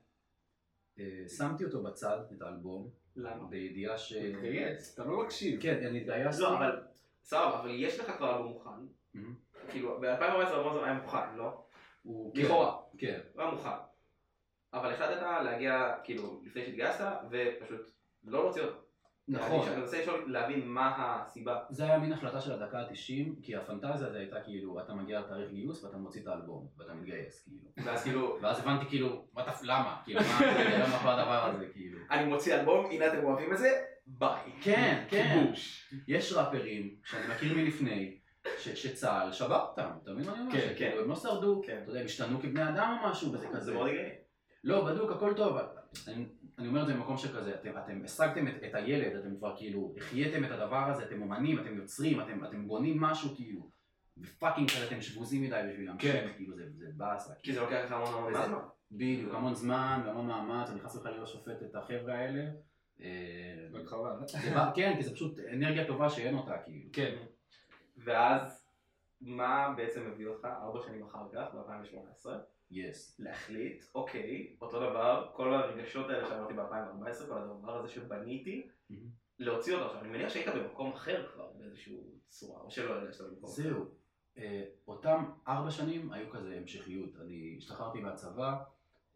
Speaker 3: אה, שמתי אותו בצד, את האלבום,
Speaker 2: למה?
Speaker 3: בידיעה ש...
Speaker 1: תתגייס, אתה לא מקשיב.
Speaker 3: כן, אני התגייסתי.
Speaker 2: לא, אבל, סבבה, אבל יש לך כבר אלבום מוכן.
Speaker 3: מהמם.
Speaker 2: כאילו, ב-2014 אלבום הזה היה מוכן, לא?
Speaker 3: הוא-
Speaker 2: לכאורה.
Speaker 3: כן.
Speaker 2: הוא היה מוכן. אבל החלטת להגיע, כאילו, לפני שהתגייסת, ופשוט לא להוציא אותו.
Speaker 3: נכון.
Speaker 2: אני רוצה לשאול, להבין מה הסיבה.
Speaker 3: זה היה מין החלטה של הדקה ה-90, כי הפנטזיה הזו הייתה כאילו, אתה מגיע לתאריך גיוס ואתה מוציא את האלבום, ואתה מתגייס, כאילו.
Speaker 2: ואז כאילו,
Speaker 3: ואז הבנתי כאילו, מה תפ... למה? כאילו, מה, למה כל הדבר הזה, כאילו.
Speaker 2: אני מוציא אלבום, הנה אתם אוהבים את זה, ביי.
Speaker 3: כן, כן.
Speaker 1: כיבוש.
Speaker 3: יש ראפרים, שאני מכיר מלפני, ש- שצה"ל שבר אותם, אתה מבין מה אני אומר?
Speaker 1: כן,
Speaker 3: שכאילו, הם לא שרדו,
Speaker 2: כן.
Speaker 3: אתה יודע, הם השתנו כבני אדם או משהו, וזה
Speaker 2: זה
Speaker 3: כזה.
Speaker 2: מאוד הגיוני.
Speaker 3: לא, בדוק, הכל טוב. אני, אני אומר את זה ממקום שכזה, אתם, אתם השגתם את, את הילד, אתם כבר כאילו החייתם את הדבר הזה, אתם אומנים, אתם יוצרים, אתם, אתם בונים משהו כאילו, ופאקינג כזה אתם שבוזים מדי בשביל להמשיך,
Speaker 1: כן.
Speaker 3: כאילו זה, זה באסה.
Speaker 2: כי זה לא- לוקח לך המון המון
Speaker 3: וזה-
Speaker 2: זמן.
Speaker 3: בדיוק, המון זמן והמון מאמץ, אני חס וחלילה לא שופט את החבר'ה האלה. אה,
Speaker 1: רק חבל.
Speaker 3: זה בא- כן, כי זה פשוט אנרגיה טובה שאין אותה כאילו.
Speaker 1: כן.
Speaker 2: ואז, מה בעצם הביא אותך ארבע שנים אחר כך, ב-2018,
Speaker 3: יס.
Speaker 2: להחליט, אוקיי, אותו דבר, כל הרגשות האלה שאמרתי ב-2014, כל הדבר הזה שבניתי,
Speaker 3: מהמם.
Speaker 2: להוציא אותו עכשיו. אני מניח שהיית במקום אחר כבר באיזשהו צורה, או שלא יודע שאתה במקום אחר.
Speaker 3: זהו. אה, אותם ארבע שנים היו כזה המשכיות. אני השתחררתי מהצבא,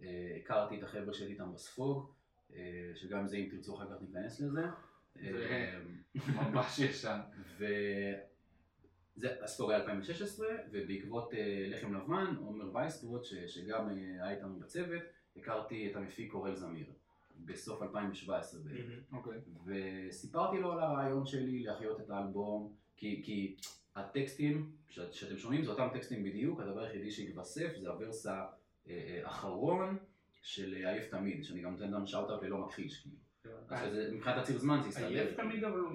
Speaker 3: אה, הכרתי את החבר'ה שלי איתם בספוג, אה, שגם זה אם תרצו אחר כך ניכנס לזה.
Speaker 1: זה-
Speaker 3: אה,
Speaker 1: ממש ישן.
Speaker 3: וזה הספוג היה 2016, ובעקבות אה, לחם לבן, עומר וייסבורט, ש- שגם אה, היה איתנו בצוות, הכרתי את המפיק אורל זמיר, בסוף 2017 בערך.
Speaker 2: מהמם.
Speaker 1: אוקיי.
Speaker 3: וסיפרתי לו על הרעיון שלי להחיות את האלבום, כי, כי הטקסטים ש, שאתם שומעים זה אותם טקסטים בדיוק, הדבר היחידי שהתווסף זה הוורס אה, האחרון של אה, עייף תמיד, שאני גם נותן גם שאוט-אאוט ללא מכחיש, כאילו. אז זה- מבחינת הציר זמן זה הסתדר.
Speaker 1: עייף תמיד אבל הוא...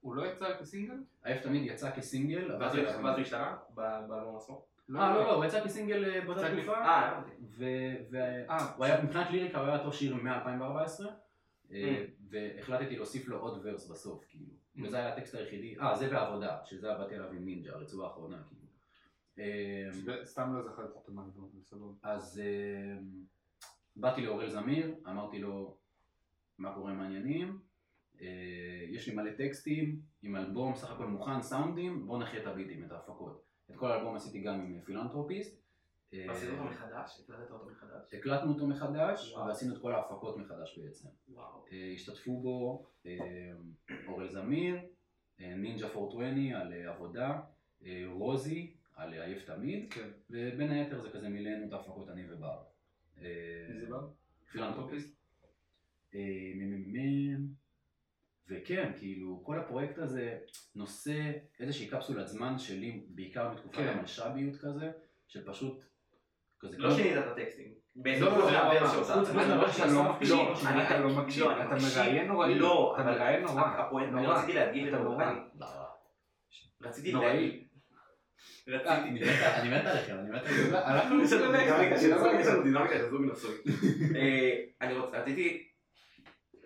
Speaker 1: הוא לא יצא כסינגל?
Speaker 3: עייף תמיד יצא כסינגל, אבל- נכון.
Speaker 2: ואז הוא- ואז הוא השתנה? ב- באלבום עצמו?
Speaker 3: אה, לא, לא, הוא יצא כסינגל אה,
Speaker 1: יצא
Speaker 3: באותה תקופה,
Speaker 2: אה, הבנתי.
Speaker 3: ו- ו-
Speaker 1: אה,
Speaker 3: לא. הוא היה, מבחינת ליריקה הוא היה אותו שיר מ-2014, אה,
Speaker 2: Mm.
Speaker 3: והחלטתי להוסיף לו עוד ורס בסוף, כאילו.
Speaker 1: Mm.
Speaker 3: וזה היה הטקסט היחידי, אה, זה והעבודה, שזה עבדתי עליו עם נינג'ה, הרצועה האחרונה, כאילו. אמ,
Speaker 1: ו- סתם לא זכרתי את המאלבום, בסדר.
Speaker 3: אה, אז אמ, באתי לאורל זמיר, אמרתי לו, מה קורה עם העניינים. אה, יש לי מלא טקסטים, עם אלבום סך הכל מוכן, סאונדים, בוא נחיה את הביטים, את ההפקות. את כל האלבום עשיתי גם עם פילנטרופיסט. אה,
Speaker 2: עשית אותו מחדש? הקלטת אותו מחדש?
Speaker 3: הקלטנו אותו מחדש,
Speaker 2: וואו.
Speaker 3: ועשינו את כל ההפקות מחדש בעצם.
Speaker 2: וואו.
Speaker 3: אה, השתתפו בו אה, אורל זמיר, אה, נינג'ה 420 על אה, עבודה, אה, רוזי על אה, עייף תמיד,
Speaker 1: כן.
Speaker 3: ובין היתר זה כזה מילאנו את ההפקות אני ובר. אה,
Speaker 1: מי זה בא?
Speaker 3: פילנטרופיסט. אה, מהמם. וכן, כאילו, כל הפרויקט הזה נושא איזושהי קפסולת זמן שלי, בעיקר בתקופת
Speaker 1: כן.
Speaker 3: המלש"ביות כזה, שפשוט כזה...
Speaker 2: לא שינית את הטקסטים. בעצם
Speaker 1: לא,
Speaker 2: זה
Speaker 1: לא,
Speaker 2: הבן
Speaker 1: לא,
Speaker 2: שעושה.
Speaker 1: חוץ מזה, לא, שאתה לא מקשיב,
Speaker 2: לא, אני-
Speaker 1: אתה לא מקשיב,
Speaker 2: לא, אני
Speaker 1: אתה
Speaker 2: מקשיב.
Speaker 1: מראיין נוראי,
Speaker 2: לא,
Speaker 1: אתה
Speaker 2: אבל
Speaker 1: מראיין נורא,
Speaker 2: הפואנט, אני לא
Speaker 1: נורא.
Speaker 2: רציתי להדגיש
Speaker 1: אתה
Speaker 2: את
Speaker 1: נורא.
Speaker 2: הפואנט.
Speaker 3: לא,
Speaker 2: רציתי
Speaker 1: נוראי. אה,
Speaker 2: להגיד.
Speaker 3: לא. אני
Speaker 2: רציתי.
Speaker 3: מת- אני מת עליכם, אני מת עליכם.
Speaker 1: הלכנו
Speaker 2: יש לנו דינמיקה של זוג, יש
Speaker 1: לזה,
Speaker 2: לנו דינמיקה של זוג נשוי. לא אה, אני רוצה, רציתי,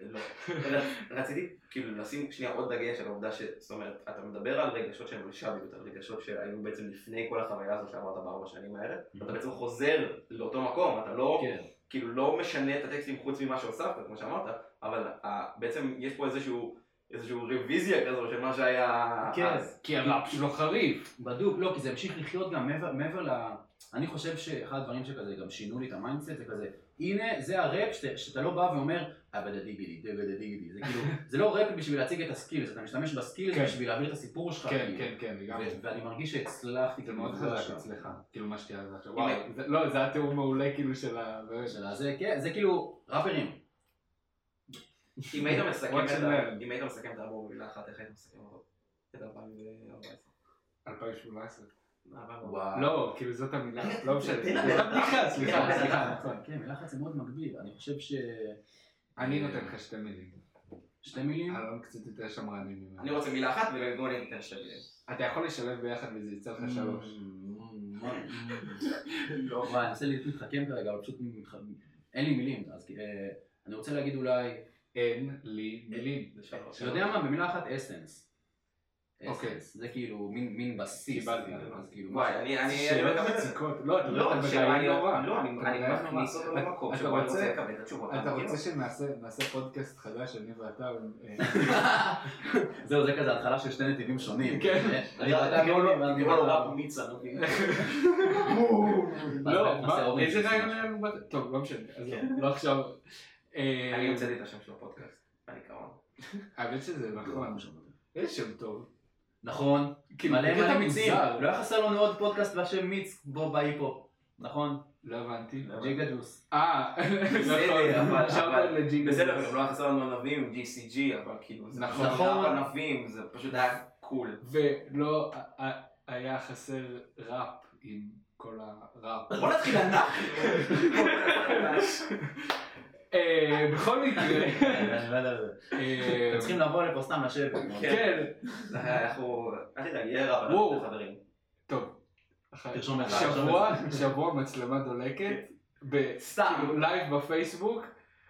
Speaker 2: לא, ר- רציתי כאילו לשים שנייה עוד דגש על העובדה ש... זאת אומרת, אתה מדבר על רגשות של מלש"ביות, על רגשות שהיו בעצם לפני כל החוויה הזו שעברת בארבע שנים האלה, ואתה בעצם חוזר לאותו מקום, אתה לא...
Speaker 1: אוקיי.
Speaker 3: כן.
Speaker 2: כאילו לא משנה את הטקסטים חוץ ממה שהוספת, כמו שאמרת, אבל ה- בעצם יש פה איזשהו, איזשהו רוויזיה כזו של מה שהיה
Speaker 3: כן,
Speaker 2: אז.
Speaker 1: כי הראפ שלו חריף,
Speaker 3: בדוק, לא, כי זה המשיך לחיות גם מעבר, מעבר ל... אני חושב שאחד הדברים שכזה גם שינו לי את המיינדסט, זה כזה, הנה, זה הראפ שאתה, שאתה לא בא ואומר, אבדה דיגידי, דבדה דיגידי, זה כאילו, זה לא ראפ בשביל להציג את הסקילס, אתה משתמש בסקילס
Speaker 1: כן.
Speaker 3: בשביל להעביר את הסיפור שלך,
Speaker 1: כן,
Speaker 3: כאילו.
Speaker 1: כן, כן, לגמרי.
Speaker 3: ו- ואני מרגיש שהצלחתי,
Speaker 1: זה
Speaker 3: כאילו,
Speaker 1: מאוד
Speaker 3: לפגוע
Speaker 1: חזק
Speaker 3: שם.
Speaker 1: אצלך, כאילו מה שתיארת עכשיו,
Speaker 2: הנה.
Speaker 1: וואי, זה- לא, זה היה תיאור מעולה כאילו של ה... באמת.
Speaker 3: של הזה, כן, זה כאילו, ראפרים,
Speaker 2: אם היית מסכם
Speaker 1: Watch
Speaker 2: את
Speaker 1: and
Speaker 2: ה...
Speaker 1: learn.
Speaker 2: אם היית מסכם את האמור במילה אחת, איך היית מסכם אותו? את 2014.
Speaker 1: 2018.
Speaker 3: וואו.
Speaker 1: לא, כאילו זאת המילה, לא משנה,
Speaker 2: תן לה לחץ.
Speaker 1: זאת הבדיחה,
Speaker 2: תן לה
Speaker 1: סליחה, סליחה,
Speaker 2: לחץ.
Speaker 1: נכון.
Speaker 3: כן, מלחץ זה מאוד מגביל, אני חושב ש...
Speaker 1: אני נותן לך שתי מילים,
Speaker 3: שתי מילים,
Speaker 1: אלון קצת יותר שמרני
Speaker 2: אני
Speaker 1: ממנו.
Speaker 2: רוצה מילה אחת ובואו ניתן שתי מילים.
Speaker 1: אתה יכול לשלב ביחד וזה יצא לך שלוש.
Speaker 3: Mm, לא, וואי, אני מנסה להתחכם כרגע, אבל פשוט מתח- אין לי מילים, אז אה, אני רוצה להגיד אולי,
Speaker 1: אין לי מילים.
Speaker 2: זה שלוש.
Speaker 3: אתה יודע מה, במילה אחת אסנס.
Speaker 1: אוקיי.
Speaker 3: אסנס, זה כאילו מין מין בסיס,
Speaker 1: קיבלתי.
Speaker 3: כאילו, אז כאילו,
Speaker 2: וואי, אני אני- אני
Speaker 1: שאלות
Speaker 2: מקבל את זה.
Speaker 1: מציקות. לא, אתה
Speaker 2: לא,
Speaker 1: אתה
Speaker 2: שאלה
Speaker 1: מראיין
Speaker 2: אני
Speaker 1: נורא.
Speaker 2: לא, אני
Speaker 1: אתה
Speaker 2: אני
Speaker 1: מראיין נורא.
Speaker 2: מכניס אותו
Speaker 1: אתה-
Speaker 2: למקום
Speaker 1: אתה
Speaker 2: שבו אני רוצה לא.
Speaker 1: רוצה-
Speaker 2: לקבל את אוקיי. התשובה.
Speaker 1: אתה רוצה שנעשה נעשה פודקאסט חדש, אני ואתה? אה,
Speaker 3: זהו, זה כזה התחלה של שני נתיבים שונים.
Speaker 1: כן.
Speaker 3: אני ואתה לא, לא,
Speaker 2: אני
Speaker 3: ואני
Speaker 2: אומר לו
Speaker 3: ואתה
Speaker 2: רק
Speaker 3: לא.
Speaker 2: מיצה, נו, כאילו.
Speaker 1: לא,
Speaker 3: נעשה
Speaker 1: מה-
Speaker 3: אורן
Speaker 1: איזה
Speaker 3: שישים
Speaker 1: רעיון
Speaker 3: משהו.
Speaker 1: היה לנו? בת- טוב, לא משנה, אז
Speaker 2: כן.
Speaker 1: לא עכשיו. אה,
Speaker 2: אני המצאתי את השם של הפודקאסט. אני גאון.
Speaker 1: האמת שזה נכון, איזה שם טוב.
Speaker 3: נכון,
Speaker 1: כאילו,
Speaker 3: מלא
Speaker 1: בקטע
Speaker 3: מלא מיצים.
Speaker 1: מוזר.
Speaker 3: לא היה חסר לנו עוד פודקאסט בשם מיץ, בו בהיפו. נכון?
Speaker 1: לא הבנתי.
Speaker 3: ג'יגה ג'וס.
Speaker 1: אה,
Speaker 2: בסדר,
Speaker 1: נכון,
Speaker 2: אבל-
Speaker 1: עכשיו
Speaker 2: אבל-
Speaker 1: לג'ינגל.
Speaker 2: בסדר, גם לא היה חסר לנו ענבים עם GCG, אבל כאילו, זה
Speaker 1: נכון.
Speaker 2: פשוט היה ענבים, זה פשוט היה קול.
Speaker 1: ולא ה- ה- היה חסר ראפ עם כל הראפ.
Speaker 2: בוא נתחיל אנחנו.
Speaker 1: אה, בכל מקרה,
Speaker 3: אני לא יודע על זה.
Speaker 1: אה,
Speaker 3: אתם צריכים לבוא לפה סתם לשבת.
Speaker 1: כן,
Speaker 2: אה, אנחנו, אל תדאג, יהיה רב,
Speaker 1: וואו.
Speaker 2: אנחנו חברים.
Speaker 1: טוב. אחרי-
Speaker 3: תרשום לך,
Speaker 1: שבוע, שבוע מצלמה דולקת, ב-
Speaker 2: סתם.
Speaker 1: כאילו, לייב בפייסבוק.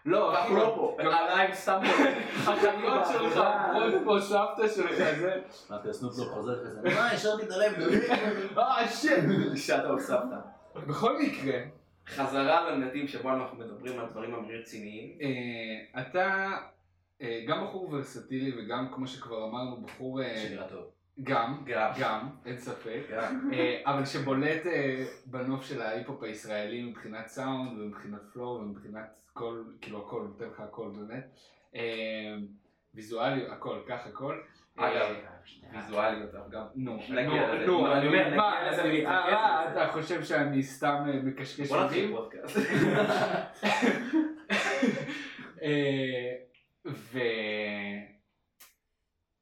Speaker 1: לא,
Speaker 2: אנחנו
Speaker 1: אחי,
Speaker 2: לא פה. אה,
Speaker 1: גם
Speaker 2: עליי סתם לא פה.
Speaker 1: החיות
Speaker 2: אה,
Speaker 1: שלך, עוד פה סבתא שלך, זה,
Speaker 3: אז כזה סנופ דוג חוזר כזה, מה, השארתי את הלב,
Speaker 1: אה, שיט.
Speaker 2: שאתה הוספת.
Speaker 1: בכל מקרה,
Speaker 2: חזרה לנתיב שבו אנחנו מדברים על דברים אמרים רציניים.
Speaker 1: אה, אתה אה, גם בחור ורסטילי וגם, כמו שכבר אמרנו, בחור אה,
Speaker 3: שנראה טוב.
Speaker 1: גם,
Speaker 2: גם.
Speaker 1: גם, אין ספק.
Speaker 2: גם.
Speaker 1: אה, אבל שבולט אה, בנוף של ההיפ-הופ הישראלי מבחינת סאונד ומבחינת פלואו ומבחינת כל, כאילו הכל, נותן לך הכל באמת. אה, ויזואלי, הכל, כך הכל.
Speaker 2: אגב,
Speaker 1: אה,
Speaker 2: ויזואליות, אנחנו גם.
Speaker 1: נו,
Speaker 2: נגיע
Speaker 1: נו,
Speaker 2: לזה.
Speaker 1: נו,
Speaker 2: אני אומר,
Speaker 1: אני- מה,
Speaker 2: נגיע לזה,
Speaker 1: אני-
Speaker 2: נתרכז
Speaker 1: אה, אה,
Speaker 2: בזה.
Speaker 1: אתה חושב שאני סתם אה, מקשקש
Speaker 2: בוא
Speaker 1: מילים?
Speaker 2: נתחיל פודקאסט.
Speaker 1: אה, ו...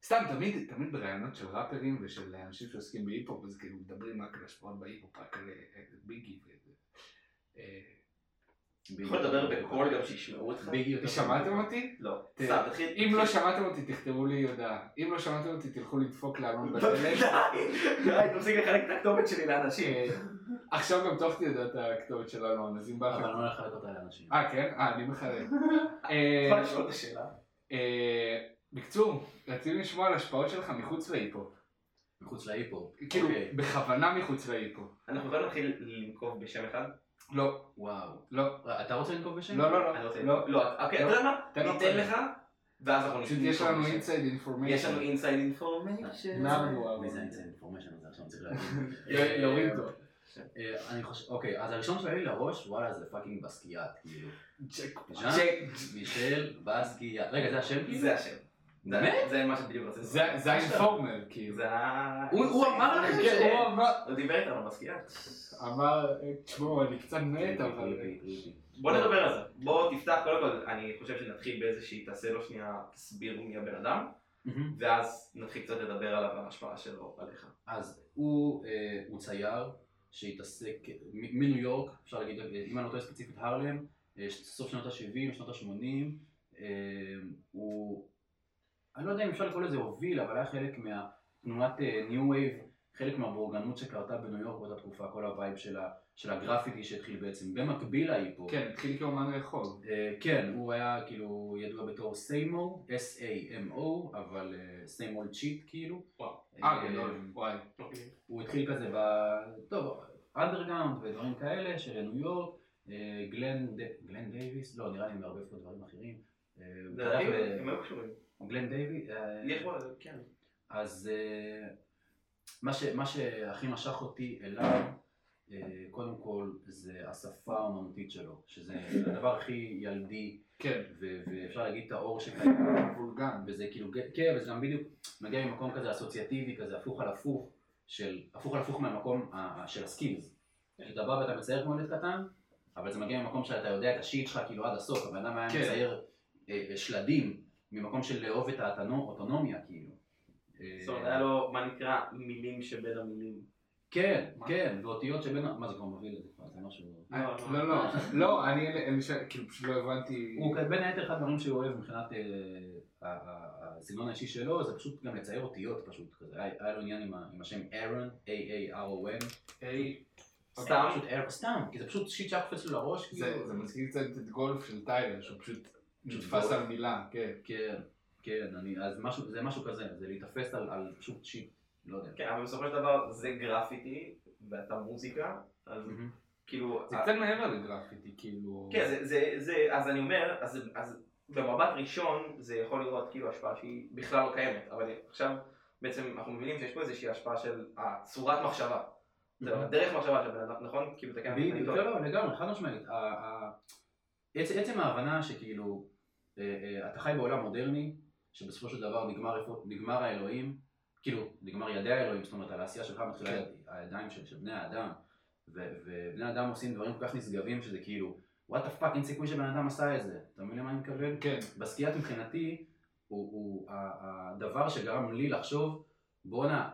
Speaker 1: סתם, תמיד, תמיד בראיונות של ראפרים ושל אנשים שעוסקים בהיפ-הופ, אז כאילו מדברים רק על השפעות בהיפ-הופ, רק על אה, אה, ביגי וזה. אה,
Speaker 2: אתה יכול לדבר בקול גם שישמעו אותך?
Speaker 3: ביגי יותר
Speaker 1: שמעתם
Speaker 3: טוב.
Speaker 1: אותי?
Speaker 2: לא.
Speaker 1: תראה,
Speaker 2: סתם, תתחיל.
Speaker 1: אם לא שמעתם אותי, תכתבו לי הודעה. אם לא שמעתם אותי, תלכו לדפוק לאלון
Speaker 2: די,
Speaker 1: בדלת.
Speaker 2: די, תפסיק לחלק את הכתובת שלי לאנשים.
Speaker 1: אה, עכשיו גם תוך תדע את הכתובת של אלון, אז אם בא
Speaker 3: אבל
Speaker 1: לך...
Speaker 3: לא הולך לחלק אותה לאנשים.
Speaker 1: אה, כן? אה, אני מחלק. אה,
Speaker 2: יכול לשאול את השאלה?
Speaker 1: אה, בקיצור, רצינו לשמוע על השפעות שלך מחוץ להיפ-הופ.
Speaker 3: מחוץ להיפו.
Speaker 1: כאילו,
Speaker 3: אוקיי.
Speaker 1: בכוונה מחוץ להיפו.
Speaker 2: אנחנו יכולים להתחיל לנקוב בשם אחד?
Speaker 1: לא,
Speaker 3: וואו. אה,
Speaker 1: לא,
Speaker 3: אתה רוצה לנקוב בשם?
Speaker 1: לא, לא,
Speaker 2: אני
Speaker 1: לא,
Speaker 2: רוצה...
Speaker 1: לא.
Speaker 2: לא, אוקיי, אתה יודע מה?
Speaker 1: תן לו
Speaker 2: ניתן
Speaker 1: קודם.
Speaker 2: לך, ואז אנחנו
Speaker 1: פשוט יש לנו
Speaker 2: נשמע.
Speaker 1: אינסייד אינפורמציה.
Speaker 2: יש לנו אינסייד אינפורמיישן.
Speaker 1: למה הוא אהב?
Speaker 3: מי זה האינסייד אינפורמיישן הזה עכשיו אני צריך להגיד.
Speaker 1: יוריד לא, אותו.
Speaker 3: אה, אני חושב, אוקיי, אז הראשון שעולה לי לראש, וואלה זה פאקינג בסקיאט, כאילו.
Speaker 1: ג'ק.
Speaker 3: ז'אן מישל בסקיאט. רגע, זה השם כאילו?
Speaker 2: אה? זה השם. זה-
Speaker 3: באמת?
Speaker 2: זה מה שבדיוק רצינו.
Speaker 1: זה זה האינפורמר, כאילו.
Speaker 2: זה ה...
Speaker 3: הוא- הוא אמר לכם
Speaker 1: כן,
Speaker 3: ש-
Speaker 1: הוא אמר- אה,
Speaker 2: הוא דיבר איתנו בסקיעה.
Speaker 1: אמר, תשמעו, אני קצת מת,
Speaker 3: טריפי,
Speaker 1: אבל... אה,
Speaker 3: טריפי, טריפי.
Speaker 2: בוא נדבר על זה. בוא תפתח, קודם כל, אני חושב שנתחיל באיזושהי, תעשה לו שנייה, תסביר מי הבן אדם,
Speaker 3: מהמם.
Speaker 2: ואז נתחיל קצת לדבר עליו, על ההשפעה שלו עליך.
Speaker 3: אז הוא אה, הוא צייר שהתעסק מ- מניו יורק, אפשר להגיד, אה, אם אני לא טועה ספציפית הרלם, אה, ש- סוף שנות ה-70, שנות ה-80, הוא, אני לא יודע אם אפשר לקרוא לזה הוביל, אבל היה חלק מהתנועת ניו וייב, חלק מהבורגנות שקרתה בניו יורק באותה תקופה, כל הווייב של ה- של הגרפיטי שהתחיל בעצם במקביל להיפו.
Speaker 1: כן, התחיל כאומן רחוב.
Speaker 3: אה, כן, הוא היה כאילו ידוע בתור סיימו, S-A-M-O, אבל אה, סיימול צ'יט כאילו.
Speaker 2: וואו.
Speaker 1: אה, גדול, וואי.
Speaker 3: הוא התחיל כזה ב... טוב, אנדרגאונד ודברים כאלה של ניו יורק, אה, גלן, ד- גלן דייוויס, לא, נראה לי מערבב פה דברים אחרים. אה, הוא
Speaker 2: זה
Speaker 3: פתח
Speaker 2: הדברים,
Speaker 3: ב-
Speaker 2: הם היו קשורים.
Speaker 3: גלן דייוויס, אה,
Speaker 2: יש פה, כן.
Speaker 3: אז אה, מה, ש, מה שהכי משך אותי אליו, אה, קודם כל, זה השפה האומנותית שלו, שזה הדבר הכי ילדי,
Speaker 1: כן,
Speaker 3: ו- ואפשר להגיד את האור שקיים.
Speaker 1: וולגן.
Speaker 3: וזה כאילו, כן, וזה גם בדיוק מגיע ממקום כזה אסוציאטיבי, כזה הפוך על הפוך, של, הפוך על הפוך מהמקום ה- ה- של הסקילס. אתה בא ואתה מצייר כמו ילד קטן, אבל זה מגיע ממקום שאתה יודע את השיט שלך כאילו עד הסוף, הבן אדם היה
Speaker 1: כן.
Speaker 3: מצייר אה, אה, שלדים, ממקום של לאהוב את האוטונומיה כאילו. אה,
Speaker 2: זאת אומרת, היה לו, מה נקרא, מילים שבין המילים.
Speaker 3: כן,
Speaker 1: מה?
Speaker 3: כן, ואותיות שבין, ה- מה זה כבר מוביל לזה כבר, זה משהו...
Speaker 1: אה, לא, לא, לא, אני, אני ש- כאילו, פשוט לא הבנתי.
Speaker 3: הוא בין היתר אחד הדברים שהוא אוהב מבחינת אה, ה- ה- הסגנון האישי שלו, זה פשוט גם לצייר אותיות פשוט כזה. היה היה לו עניין עם ה- עם השם ארון, A-A-R-O-N.
Speaker 1: היי,
Speaker 2: סתם?
Speaker 3: פשוט אר- סתם, כי זה פשוט שיט שהיה קופץ לו לראש,
Speaker 1: זה
Speaker 3: כאילו.
Speaker 1: זה מזכיר קצת את גולף של טיילר, שהוא פשוט
Speaker 3: פשוט
Speaker 1: נתפס
Speaker 3: גולף.
Speaker 1: על מילה, כן.
Speaker 3: כן, כן, אני, אז משהו, זה משהו כזה, זה להתאפס על- על פשוט שיט, לא יודע.
Speaker 2: כן, אבל בסופו של דבר זה גרפיטי, ואתה מוזיקה, אז
Speaker 3: מהמם.
Speaker 2: כאילו...
Speaker 1: זה קצת מעבר לגרפיטי, כאילו...
Speaker 2: כן, זה, זה, זה, אז אני אומר, אז, אז במבט ראשון זה יכול לראות כאילו השפעה שהיא בכלל לא קיימת, אבל עכשיו בעצם אנחנו מבינים שיש פה איזושהי השפעה של הצורת מחשבה. זה הדרך מחשבה של בן אדם, נכון? כאילו, תקן אותי אם אני
Speaker 3: בדיוק,
Speaker 2: טועה.
Speaker 3: לא, לא, לגמרי, חד משמעית. ה- ה- עצ- עצם ההבנה שכאילו, אה, אה, אתה חי בעולם מודרני, שבסופו של דבר נגמר איפה- נגמר האלוהים, כאילו, נגמר ידי האלוהים, זאת אומרת, על העשייה שלך מתחילה
Speaker 1: כן.
Speaker 3: יד- הידיים של של בני האדם, ו- ובני האדם עושים דברים כל כך נשגבים, שזה כאילו, וואט פאק, אין סיכוי שבן אדם עשה את זה. אתה מבין למה אני מתכוון?
Speaker 1: כן,
Speaker 3: בסקיאט מבחינתי, הוא, הוא ה- הדבר שגרם לי לחשוב, בואנה,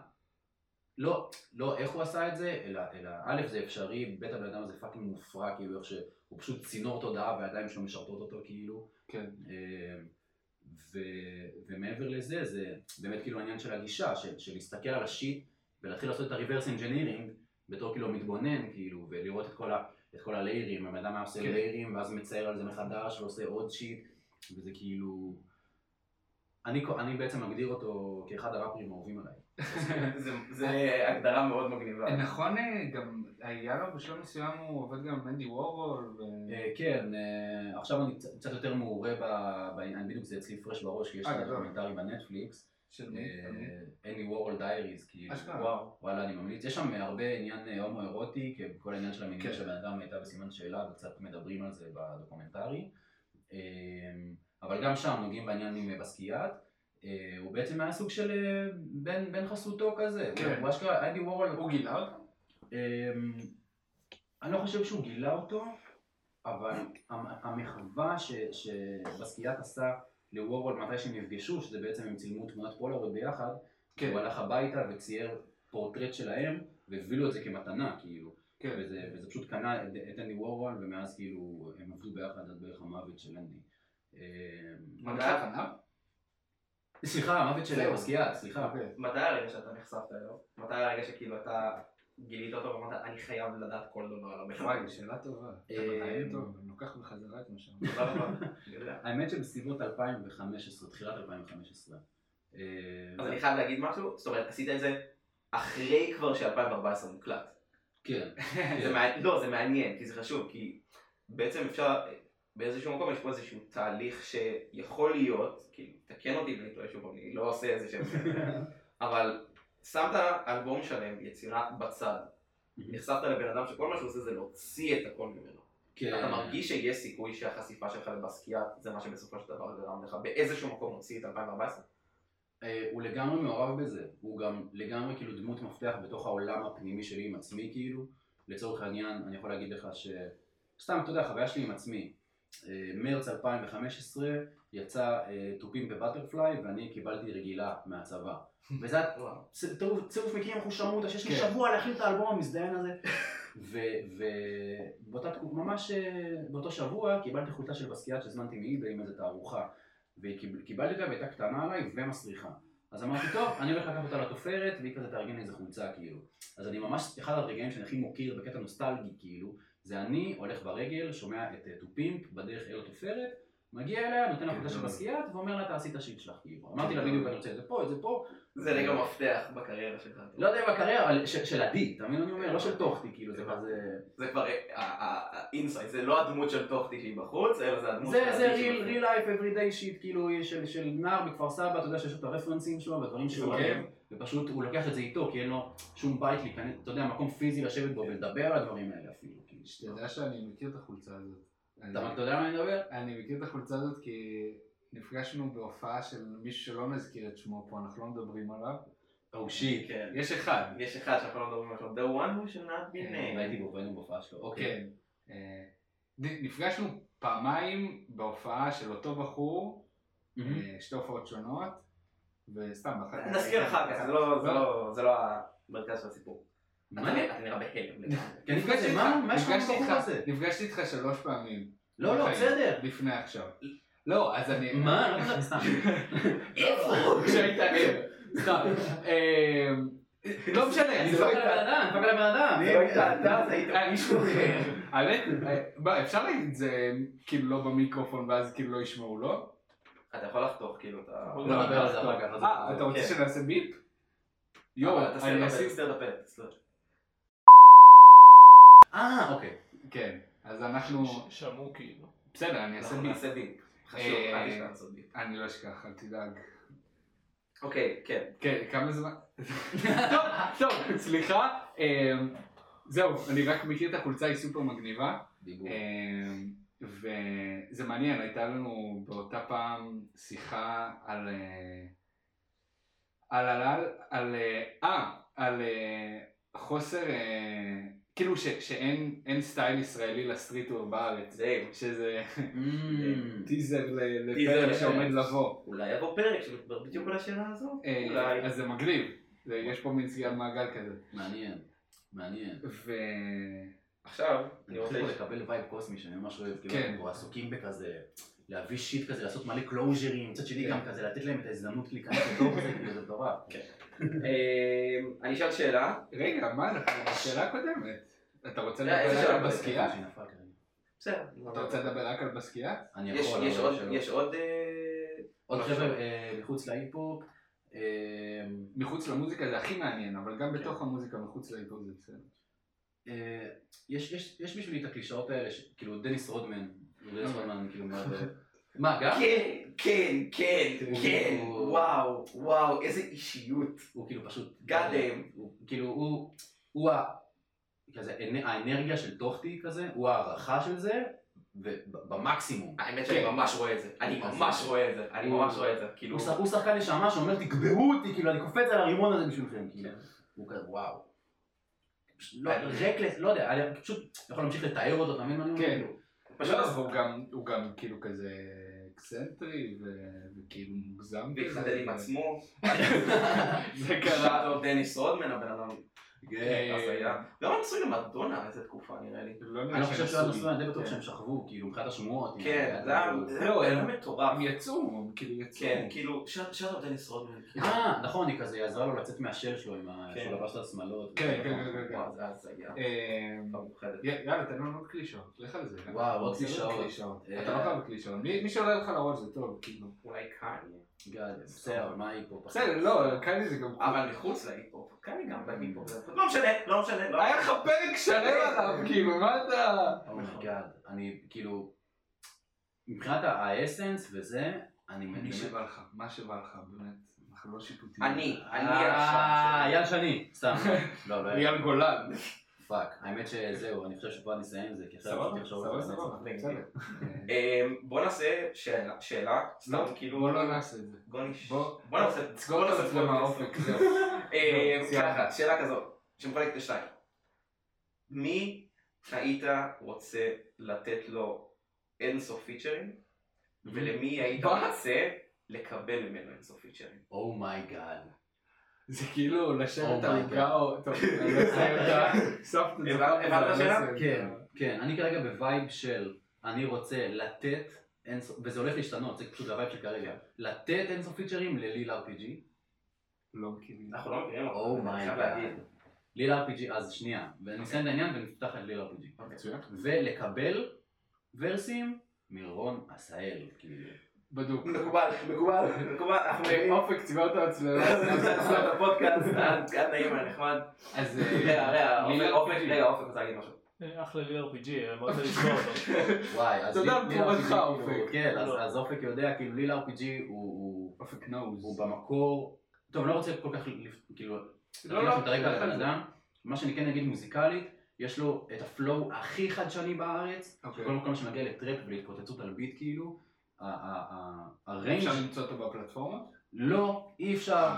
Speaker 3: לא, לא איך הוא עשה את זה, אלא, אלא א', זה אפשרי, ב', הבן אדם הזה פאקינג מופרע, כאילו איך שהוא פשוט צינור תודעה והידיים שלו משרתות אותו, כאילו.
Speaker 1: כן.
Speaker 3: אה, ו, ומעבר לזה, זה באמת כאילו העניין של הגישה, של, של להסתכל על השיט ולהתחיל לעשות את ה-reverse engineering בתור כאילו מתבונן, כאילו, ולראות את כל, ה, את כל הליירים, הבן אדם היה עושה
Speaker 1: כן.
Speaker 3: ליירים, ואז מצייר על זה מחדש, ועושה עוד שיט, וזה כאילו... אני, אני בעצם מגדיר אותו כאחד הראפרים האהובים עליי.
Speaker 2: זה, זה הגדרה מאוד מגניבה.
Speaker 1: נכון, אה, גם היה לו בשלב מסוים הוא עובד גם עם אנדי וורול, ו...
Speaker 3: אה, כן, אה, עכשיו אני קצ- קצת יותר מעורה ב- בעניין, בדיוק זה אצלי פרש בראש, כי יש
Speaker 1: אה,
Speaker 3: לי
Speaker 1: גדול.
Speaker 3: דוקומנטרי בנטפליקס, אה,
Speaker 1: של מי?
Speaker 3: אני וורל דייריז, כאילו,
Speaker 1: אשכרה.
Speaker 2: וואו.
Speaker 3: וואלה אני ממליץ, יש שם הרבה עניין אה, הומואירוטי, כי כל העניין של המיניות
Speaker 1: כן.
Speaker 3: של הבן אדם הייתה בסימן שאלה, וקצת מדברים על זה בדוקומנטרי, אה, אבל גם שם נוגעים בעניין עם אה, בסקיאט. אה, הוא בעצם היה סוג של אה, בן, בן חסותו כזה,
Speaker 1: כן.
Speaker 3: הוא אשכרה, אנדי וורל,
Speaker 1: הוא גילה אותם?
Speaker 3: אמ, אני לא חושב שהוא גילה אותו, אבל המ- המחווה ש- שבסקיאט עשה לוורוול מתי שהם נפגשו, שזה בעצם הם צילמו תמונת פולארד ביחד,
Speaker 1: כן,
Speaker 3: הוא הלך הביתה וצייר פורטרט שלהם, והביא לו את זה כמתנה, כאילו.
Speaker 1: כן.
Speaker 3: וזה, וזה פשוט קנה את, את אנדי וורוול, ומאז כאילו הם עבדו ביחד עד בערך המוות של אנדי. אמ,
Speaker 1: מגע הכנב?
Speaker 3: סליחה, המוות
Speaker 1: זהו.
Speaker 3: של בסקיאט, סליחה.
Speaker 1: אוקיי.
Speaker 2: מתי הרגע שאתה נחשפת אליו? מתי הרגע שכאילו אתה גילית אותו ואמרת, אני חייב לדעת כל דבר על הבן אדם?
Speaker 1: וואי, שאלה טובה. אתה
Speaker 3: אה,
Speaker 1: מראיין טוב, אני לוקח בחזרה את מה שאמרתי.
Speaker 2: תודה רבה. אני יודע.
Speaker 3: האמת שבסביבות 2015, תחילת 2015. אמ,
Speaker 2: אז אני חייב להגיד משהו, זאת אומרת, עשית את זה אחרי כבר ש-2014 מוקלט.
Speaker 3: כן.
Speaker 2: זה מעניין, לא, זה מעניין, כי זה חשוב, כי בעצם אפשר, באיזשהו מקום יש פה איזשהו תהליך שיכול להיות, כאילו, תקן אותי ואני טועה שוב, אני לא עושה איזה שם, אבל שמת אלבום שלם, יצירה בצד, נחשפת לבן אדם שכל מה שהוא עושה זה להוציא את הכל ממנו.
Speaker 3: כן.
Speaker 2: אתה מרגיש שיש סיכוי שהחשיפה שלך לבסקיאט זה מה שבסופו של דבר גרם לך באיזשהו מקום הוציא את 2014?
Speaker 3: אה, הוא לגמרי מעורב בזה, הוא גם לגמרי כאילו דמות מפתח בתוך העולם הפנימי שלי עם עצמי כאילו, לצורך העניין אני יכול להגיד לך ש... סתם, אתה יודע, חוויה שלי עם עצמי, אה, מרץ 2015 יצא אה, תופים בבטרפליי ואני קיבלתי רגילה מהצבא, וזה היה
Speaker 2: וואו.
Speaker 3: צ- טירוף- צירוף מקרים מחושמות, שיש לי
Speaker 1: כן.
Speaker 3: שבוע להכין את האלבום המזדיין הזה. ובאותה תקופה, ממש אה, באותו שבוע, קיבלתי חולצה של בסקיאט שהזמנתי מאיבי עם איזה תערוכה. וקיבלתי אותה והייתה קטנה עליי ומסריחה. אז אמרתי, טוב, אני הולך לקחת אותה לתופרת, והיא כזה תארגן לי איזה חולצה, כאילו. אז אני ממש, אחד הרגעים שאני הכי מוקיר בקטע נוסטלגי, כאילו, זה אני הולך ברגל, שומע את אה, טופימפ בדרך אל התופרת, מגיע אליה, נותן לה חולצה של
Speaker 1: גדול.
Speaker 3: בסקיאט, ואומר לה, תעשי את השיט שלך, כאילו. אמרתי לה
Speaker 2: גדול.
Speaker 3: בדיוק, אני רוצה את זה פה, את זה פה.
Speaker 2: זה רגע מפתח בקריירה שלך.
Speaker 3: לא יודע אם הקריירה, אבל ש- של עדי, אתה מבין מה אני אומר? לא של טוחתי, כאילו, זה
Speaker 2: הבנתי.
Speaker 3: כזה...
Speaker 2: זה כבר אה, האינסייט, זה לא הדמות של טוחטי שהיא בחוץ, אלא זה הדמות של...
Speaker 3: זה, זה
Speaker 2: האיש
Speaker 3: real,
Speaker 2: שבחוץ.
Speaker 3: real life everyday shit, כאילו, של, של נער בכפר סבא, אתה יודע שיש לו את הרפרנסים שלו והדברים שהוא
Speaker 1: כן.
Speaker 2: אוקיי?
Speaker 3: אוהב, ופשוט הוא לוקח את זה איתו, כי אין לו שום בית להיכנס, אתה יודע, מקום פיזי לשבת בו ולדבר על הדברים האלה אפילו, כאילו.
Speaker 1: שתדע שאני מכיר את החולצה הזאת.
Speaker 3: אתה אתה יודע על מה אני מדבר?
Speaker 1: אני מכיר את החולצה הזאת כי נפגשנו בהופעה של מישהו שלא נזכיר את שמו פה, אנחנו לא מדברים עליו.
Speaker 3: או שיט.
Speaker 2: כן.
Speaker 1: יש אחד.
Speaker 2: יש אחד שאנחנו לא מדברים עליו, the one who should not be named.
Speaker 3: כן, והייתי בו, והיינו בהופעה שלו, אוקיי.
Speaker 1: כן. אה, נ- נפגשנו פעמיים בהופעה של אותו בחור,
Speaker 3: מהמם.
Speaker 1: אה, שתי הופעות שונות, וסתם, אחר
Speaker 2: נזכיר אחר כך, זה
Speaker 1: אה,
Speaker 2: לא- זה לא- זה לא המרכז של הסיפור. אתה
Speaker 3: מה?
Speaker 2: נראה אתה נראה בהלם. לגמרי.
Speaker 3: כן, נפגשתי איתך, מה יש לך
Speaker 1: נפגשתי
Speaker 3: בבחור
Speaker 1: איתך-
Speaker 3: הזה?
Speaker 1: נפגשתי איתך שלוש פעמים,
Speaker 3: לא, לא,
Speaker 1: בחיים.
Speaker 3: בסדר.
Speaker 1: לפני עכשיו. לא, אז אני...
Speaker 3: מה? לא יודע, סתם.
Speaker 2: איפה?
Speaker 1: כשהיית ער. סתם. אה, לא משנה, אני
Speaker 3: אני
Speaker 1: זוכר
Speaker 3: דפק
Speaker 1: את
Speaker 3: על הבן אדם, דפק על הבן אדם. כן.
Speaker 2: זה לא היית אתה, זה היית מישהו אחר.
Speaker 1: האמת, אה, מה, אפשר להגיד את זה כאילו לא במיקרופון ואז כאילו לא ישמעו, לא?
Speaker 2: אתה יכול לחתוך כאילו את ה...
Speaker 3: לא, נדבר על זה אחר כך, לא זה-
Speaker 1: אה, אתה רוצה
Speaker 2: כן.
Speaker 1: שנעשה ביפ? יואו,
Speaker 2: יואו,
Speaker 1: אני אשים...
Speaker 2: תסתר את הפה, תסתר.
Speaker 3: אה, אוקיי.
Speaker 1: כן, אז אנחנו...
Speaker 4: שמעו כאילו.
Speaker 1: בסדר, אני אעשה
Speaker 2: אנחנו
Speaker 1: ביפ.
Speaker 2: נעשה ביפ. חשוב,
Speaker 1: אה,
Speaker 2: אל תשכח לעשות ביפ.
Speaker 1: אני לא אשכח, אל תדאג.
Speaker 2: אוקיי, כן.
Speaker 1: כן, כמה זמן? טוב, טוב, סליחה. אה, זהו, אני רק מכיר את החולצה, היא סופר מגניבה.
Speaker 3: דיבור.
Speaker 1: אמ, וזה מעניין, הייתה לנו באותה פעם שיחה על... אה, על... על... על... על... אה, אה, על אה, חוסר... אה, כאילו ש, שאין אין סטייל ישראלי לסטריטור בארץ,
Speaker 2: זאב,
Speaker 1: שזה
Speaker 3: אה, אמ,
Speaker 1: טיזר ל-
Speaker 2: טיזר כן.
Speaker 1: לפרק
Speaker 2: לפרק.
Speaker 1: שעומד לבוא.
Speaker 2: אולי יבוא פרק שמדבר בדיוק על השאלה הזו?
Speaker 1: אה,
Speaker 2: אולי.
Speaker 1: אז זה מגניב, זה- יש פה מין סגירת מעגל כזה.
Speaker 3: מעניין. מעניין. אוקיי.
Speaker 1: ו...
Speaker 2: עכשיו,
Speaker 3: אני
Speaker 2: אני
Speaker 3: רוצה
Speaker 2: רוצה...
Speaker 3: לקבל וייב קוסמי שאני ממש אוהב, כאילו
Speaker 1: כן.
Speaker 3: אנחנו עסוקים בכזה, להביא שיט כזה, לעשות מלא קלוז'רים, מצד שני
Speaker 1: כן.
Speaker 3: גם כזה, לתת להם את ההזדמנות להיכנס לדור הזה, כאילו זה מטורף.
Speaker 2: אמ, אני אשאל שאלה.
Speaker 1: רגע, מה אנחנו בשאלה הקודמת? אתה רוצה
Speaker 2: אה, איזה
Speaker 1: לדבר רק
Speaker 2: שאלה
Speaker 1: על
Speaker 2: קודמת?
Speaker 1: בסקייה?
Speaker 3: שנפל כרגע.
Speaker 2: בסדר.
Speaker 1: אתה רוצה לדבר רק על בסקייה?
Speaker 3: אני
Speaker 2: יש-
Speaker 3: יכול,
Speaker 2: יש
Speaker 3: אבל
Speaker 2: עוד-
Speaker 3: שלא.
Speaker 2: יש עוד... אה,
Speaker 3: עוד
Speaker 2: משהו?
Speaker 3: חבר'ה אה, מחוץ להיפ-הופ, אה,
Speaker 1: מחוץ למוזיקה זה הכי מעניין, אבל
Speaker 2: כן.
Speaker 1: גם בתוך המוזיקה מחוץ לעיתון זה בסדר.
Speaker 3: אה, יש- יש יש בשבילי את הקלישאות האלה, ש- כאילו דניס רודמן, דניס רודמן כאילו מאוד... אה, מה, גם?
Speaker 2: כן, כן, כן,
Speaker 3: הוא-
Speaker 2: כן,
Speaker 3: הוא-
Speaker 2: וואו, וואו, איזה אישיות.
Speaker 3: הוא כאילו פשוט...
Speaker 2: God damn.
Speaker 3: הוא- כאילו הוא, הוא ה... כזה, האנ- האנרגיה של טוחטי כזה, הוא ההערכה של זה, ובמקסימום.
Speaker 2: האמת שאני
Speaker 1: כן.
Speaker 2: ממש רואה את זה, אני
Speaker 3: אז-
Speaker 2: ממש רואה את זה, אני
Speaker 3: הוא-
Speaker 2: ממש רואה את זה, כאילו,
Speaker 3: הוא שח- הוא שחקן נשמה שאומר תקבעו אותי, כאילו אני קופץ על הרימון הזה בשבילכם, כאילו.
Speaker 2: כן.
Speaker 3: הוא כזה וואו. פשוט לא, רקלס, לא יודע, אני פשוט יכול להמשיך לתאר אותו, אתה מבין מה אני אומר?
Speaker 1: כן.
Speaker 3: כאילו,
Speaker 2: פשוט
Speaker 1: לא, אבל הוא גם- הוא גם כאילו כזה אקסנטרי ו- וכאילו מוגזם. כזה.
Speaker 2: להתחדד עם עצמו,
Speaker 1: זה קרה.
Speaker 2: קרא לו דניס רודמן הבן אדם,
Speaker 3: כן,
Speaker 1: אה,
Speaker 2: כן, הזיה, גם הוא נשוי למדונה, איזה תקופה נראה לי,
Speaker 1: לא נראה
Speaker 3: אני חושב
Speaker 1: שהם
Speaker 3: שעד
Speaker 1: עשו לי.
Speaker 3: הסוף אני די בטוח
Speaker 2: כן.
Speaker 3: שהם שכבו, כאילו, מבחינת השמועות.
Speaker 2: כן,
Speaker 3: כאילו,
Speaker 2: זה היה- זה
Speaker 1: לא,
Speaker 2: היה
Speaker 1: הם-
Speaker 2: מטורף,
Speaker 1: הם יצאו, הם כאילו יצאו.
Speaker 2: כן, כאילו, שאלה לו דניס רודמן, כאילו.
Speaker 3: אה, נכון, היא כזה עזרה לו לצאת מהשל שלו עם ה...
Speaker 2: כן.
Speaker 3: שהוא לבש את השמלות.
Speaker 1: כן, כן, כן, כן.
Speaker 2: וואו, זה הזיה,
Speaker 1: אמ,
Speaker 2: פעם מאוחדת.
Speaker 1: י- יאללה, תן לנו עוד קלישאות, לך על זה.
Speaker 3: וואו, עוד
Speaker 1: תן לנו
Speaker 3: קלישאות. אה.
Speaker 1: אתה לא חייב קלישאות. מי מי שעולה לך לראש זה טוב, כאילו.
Speaker 2: אולי קניה,
Speaker 3: גאד, בסדר, אבל מה היא פה?
Speaker 1: נכון. בסדר, לא, כאן זה גם...
Speaker 2: אבל מחוץ להיפ-הופ, קניה כן, גם בהיפ-הופ, זה לא משנה, לא משנה, לא
Speaker 1: היה לך פרק שלם עליו, כאילו, מה אתה...
Speaker 3: אומייגאד, Oh אני כאילו, מבחינת האסנס וזה, אני
Speaker 1: מי
Speaker 3: באמת-
Speaker 1: שבא לך, מה שבא לך, באמת, אנחנו לא שיפוטיים.
Speaker 2: אני, אני
Speaker 3: אה,
Speaker 2: עכשיו.
Speaker 3: אייל שני, סתם, לא, לא,
Speaker 1: אייל גולן.
Speaker 3: פאק, האמת שזהו, אני חושב שפה נסיים את זה, כי אחרת
Speaker 1: סבבה,
Speaker 3: פשוט נחשוב
Speaker 1: סבבה,
Speaker 3: על זה.
Speaker 1: סבבה, בסדר.
Speaker 2: אמ, בוא נעשה שאלה, שאלה, סתם
Speaker 1: לא,
Speaker 2: כאילו,
Speaker 1: בוא לא נעשה את זה.
Speaker 2: בוא נש-
Speaker 1: בוא-
Speaker 2: בוא נעשה,
Speaker 1: סגור את המצלמה מהאופק, זהו.
Speaker 2: אמ,
Speaker 1: זהו, סיימת.
Speaker 2: ככה, שאלה כזו, שמחלקת לשתיים. מי היית רוצה לתת לו אינסוף פיצ'רים, ולמי היית
Speaker 1: מה?
Speaker 2: רוצה לקבל ממנו אינסוף פיצ'רים?
Speaker 3: Oh אומייגאד.
Speaker 1: זה כאילו לשבת
Speaker 3: Oh my
Speaker 1: על
Speaker 3: God.
Speaker 1: גאו, טוב, אני לא אסיים את ה... סוף את
Speaker 2: הבנת- הבנת השאלה?
Speaker 3: כן, כן, אני כרגע בווייב של אני רוצה לתת אינסוף, וזה הולך להשתנות, זה פשוט הווייב של כרגע, לתת אינסוף פיצ'רים לליל RPG.
Speaker 1: לא מכירים.
Speaker 2: אנחנו לא מכירים, אבל אני חייב
Speaker 3: אומייגאד.
Speaker 2: להגיד.
Speaker 3: ליל RPG, אז שנייה, ונסיים את העניין ונפתח את ליל RPG.
Speaker 1: מצוין.
Speaker 3: ולקבל ורסים מרון עשהאל, כאילו.
Speaker 1: בדוק. אה,
Speaker 2: מקובל, מקובל, מקובל, אנחנו נהנים.
Speaker 1: אופק, צבע אותו הצללה.
Speaker 2: נעשה את הפודקאסט, עד עד נעים, היה נחמד.
Speaker 1: אז...
Speaker 2: רגע,
Speaker 1: אה,
Speaker 2: רגע, אופק,
Speaker 1: מי לא-
Speaker 2: אופק, רגע, אופק רוצה להגיד משהו.
Speaker 4: אה, אחלה לי RPG, אמרת לזכור אותו.
Speaker 3: וואי, אז
Speaker 1: תודה
Speaker 3: ליל
Speaker 1: על תרומתך,
Speaker 3: כאילו,
Speaker 1: אופק.
Speaker 3: כן, אז-
Speaker 4: לא.
Speaker 3: אז אופק יודע, כאילו ליל RPG הוא- הוא
Speaker 1: אופק נוז.
Speaker 3: הוא במקור, טוב, אני לא רוצה כל כך, לפ- כאילו,
Speaker 1: לא,
Speaker 3: לא, לא, את
Speaker 1: לא,
Speaker 3: הרקע
Speaker 1: לא,
Speaker 3: לבן
Speaker 1: לא.
Speaker 3: אדם, מה שאני כן אגיד מוזיקלית, יש לו את הפלואו הכי חדשני בארץ,
Speaker 1: אוקיי.
Speaker 3: כל מקום שמגיע לטראפ ולהתפוצצות על ביט כאילו, ה- ה- ה- הריינג'
Speaker 1: אפשר למצוא אותו בפלטפורמה?
Speaker 3: לא, אי אפשר,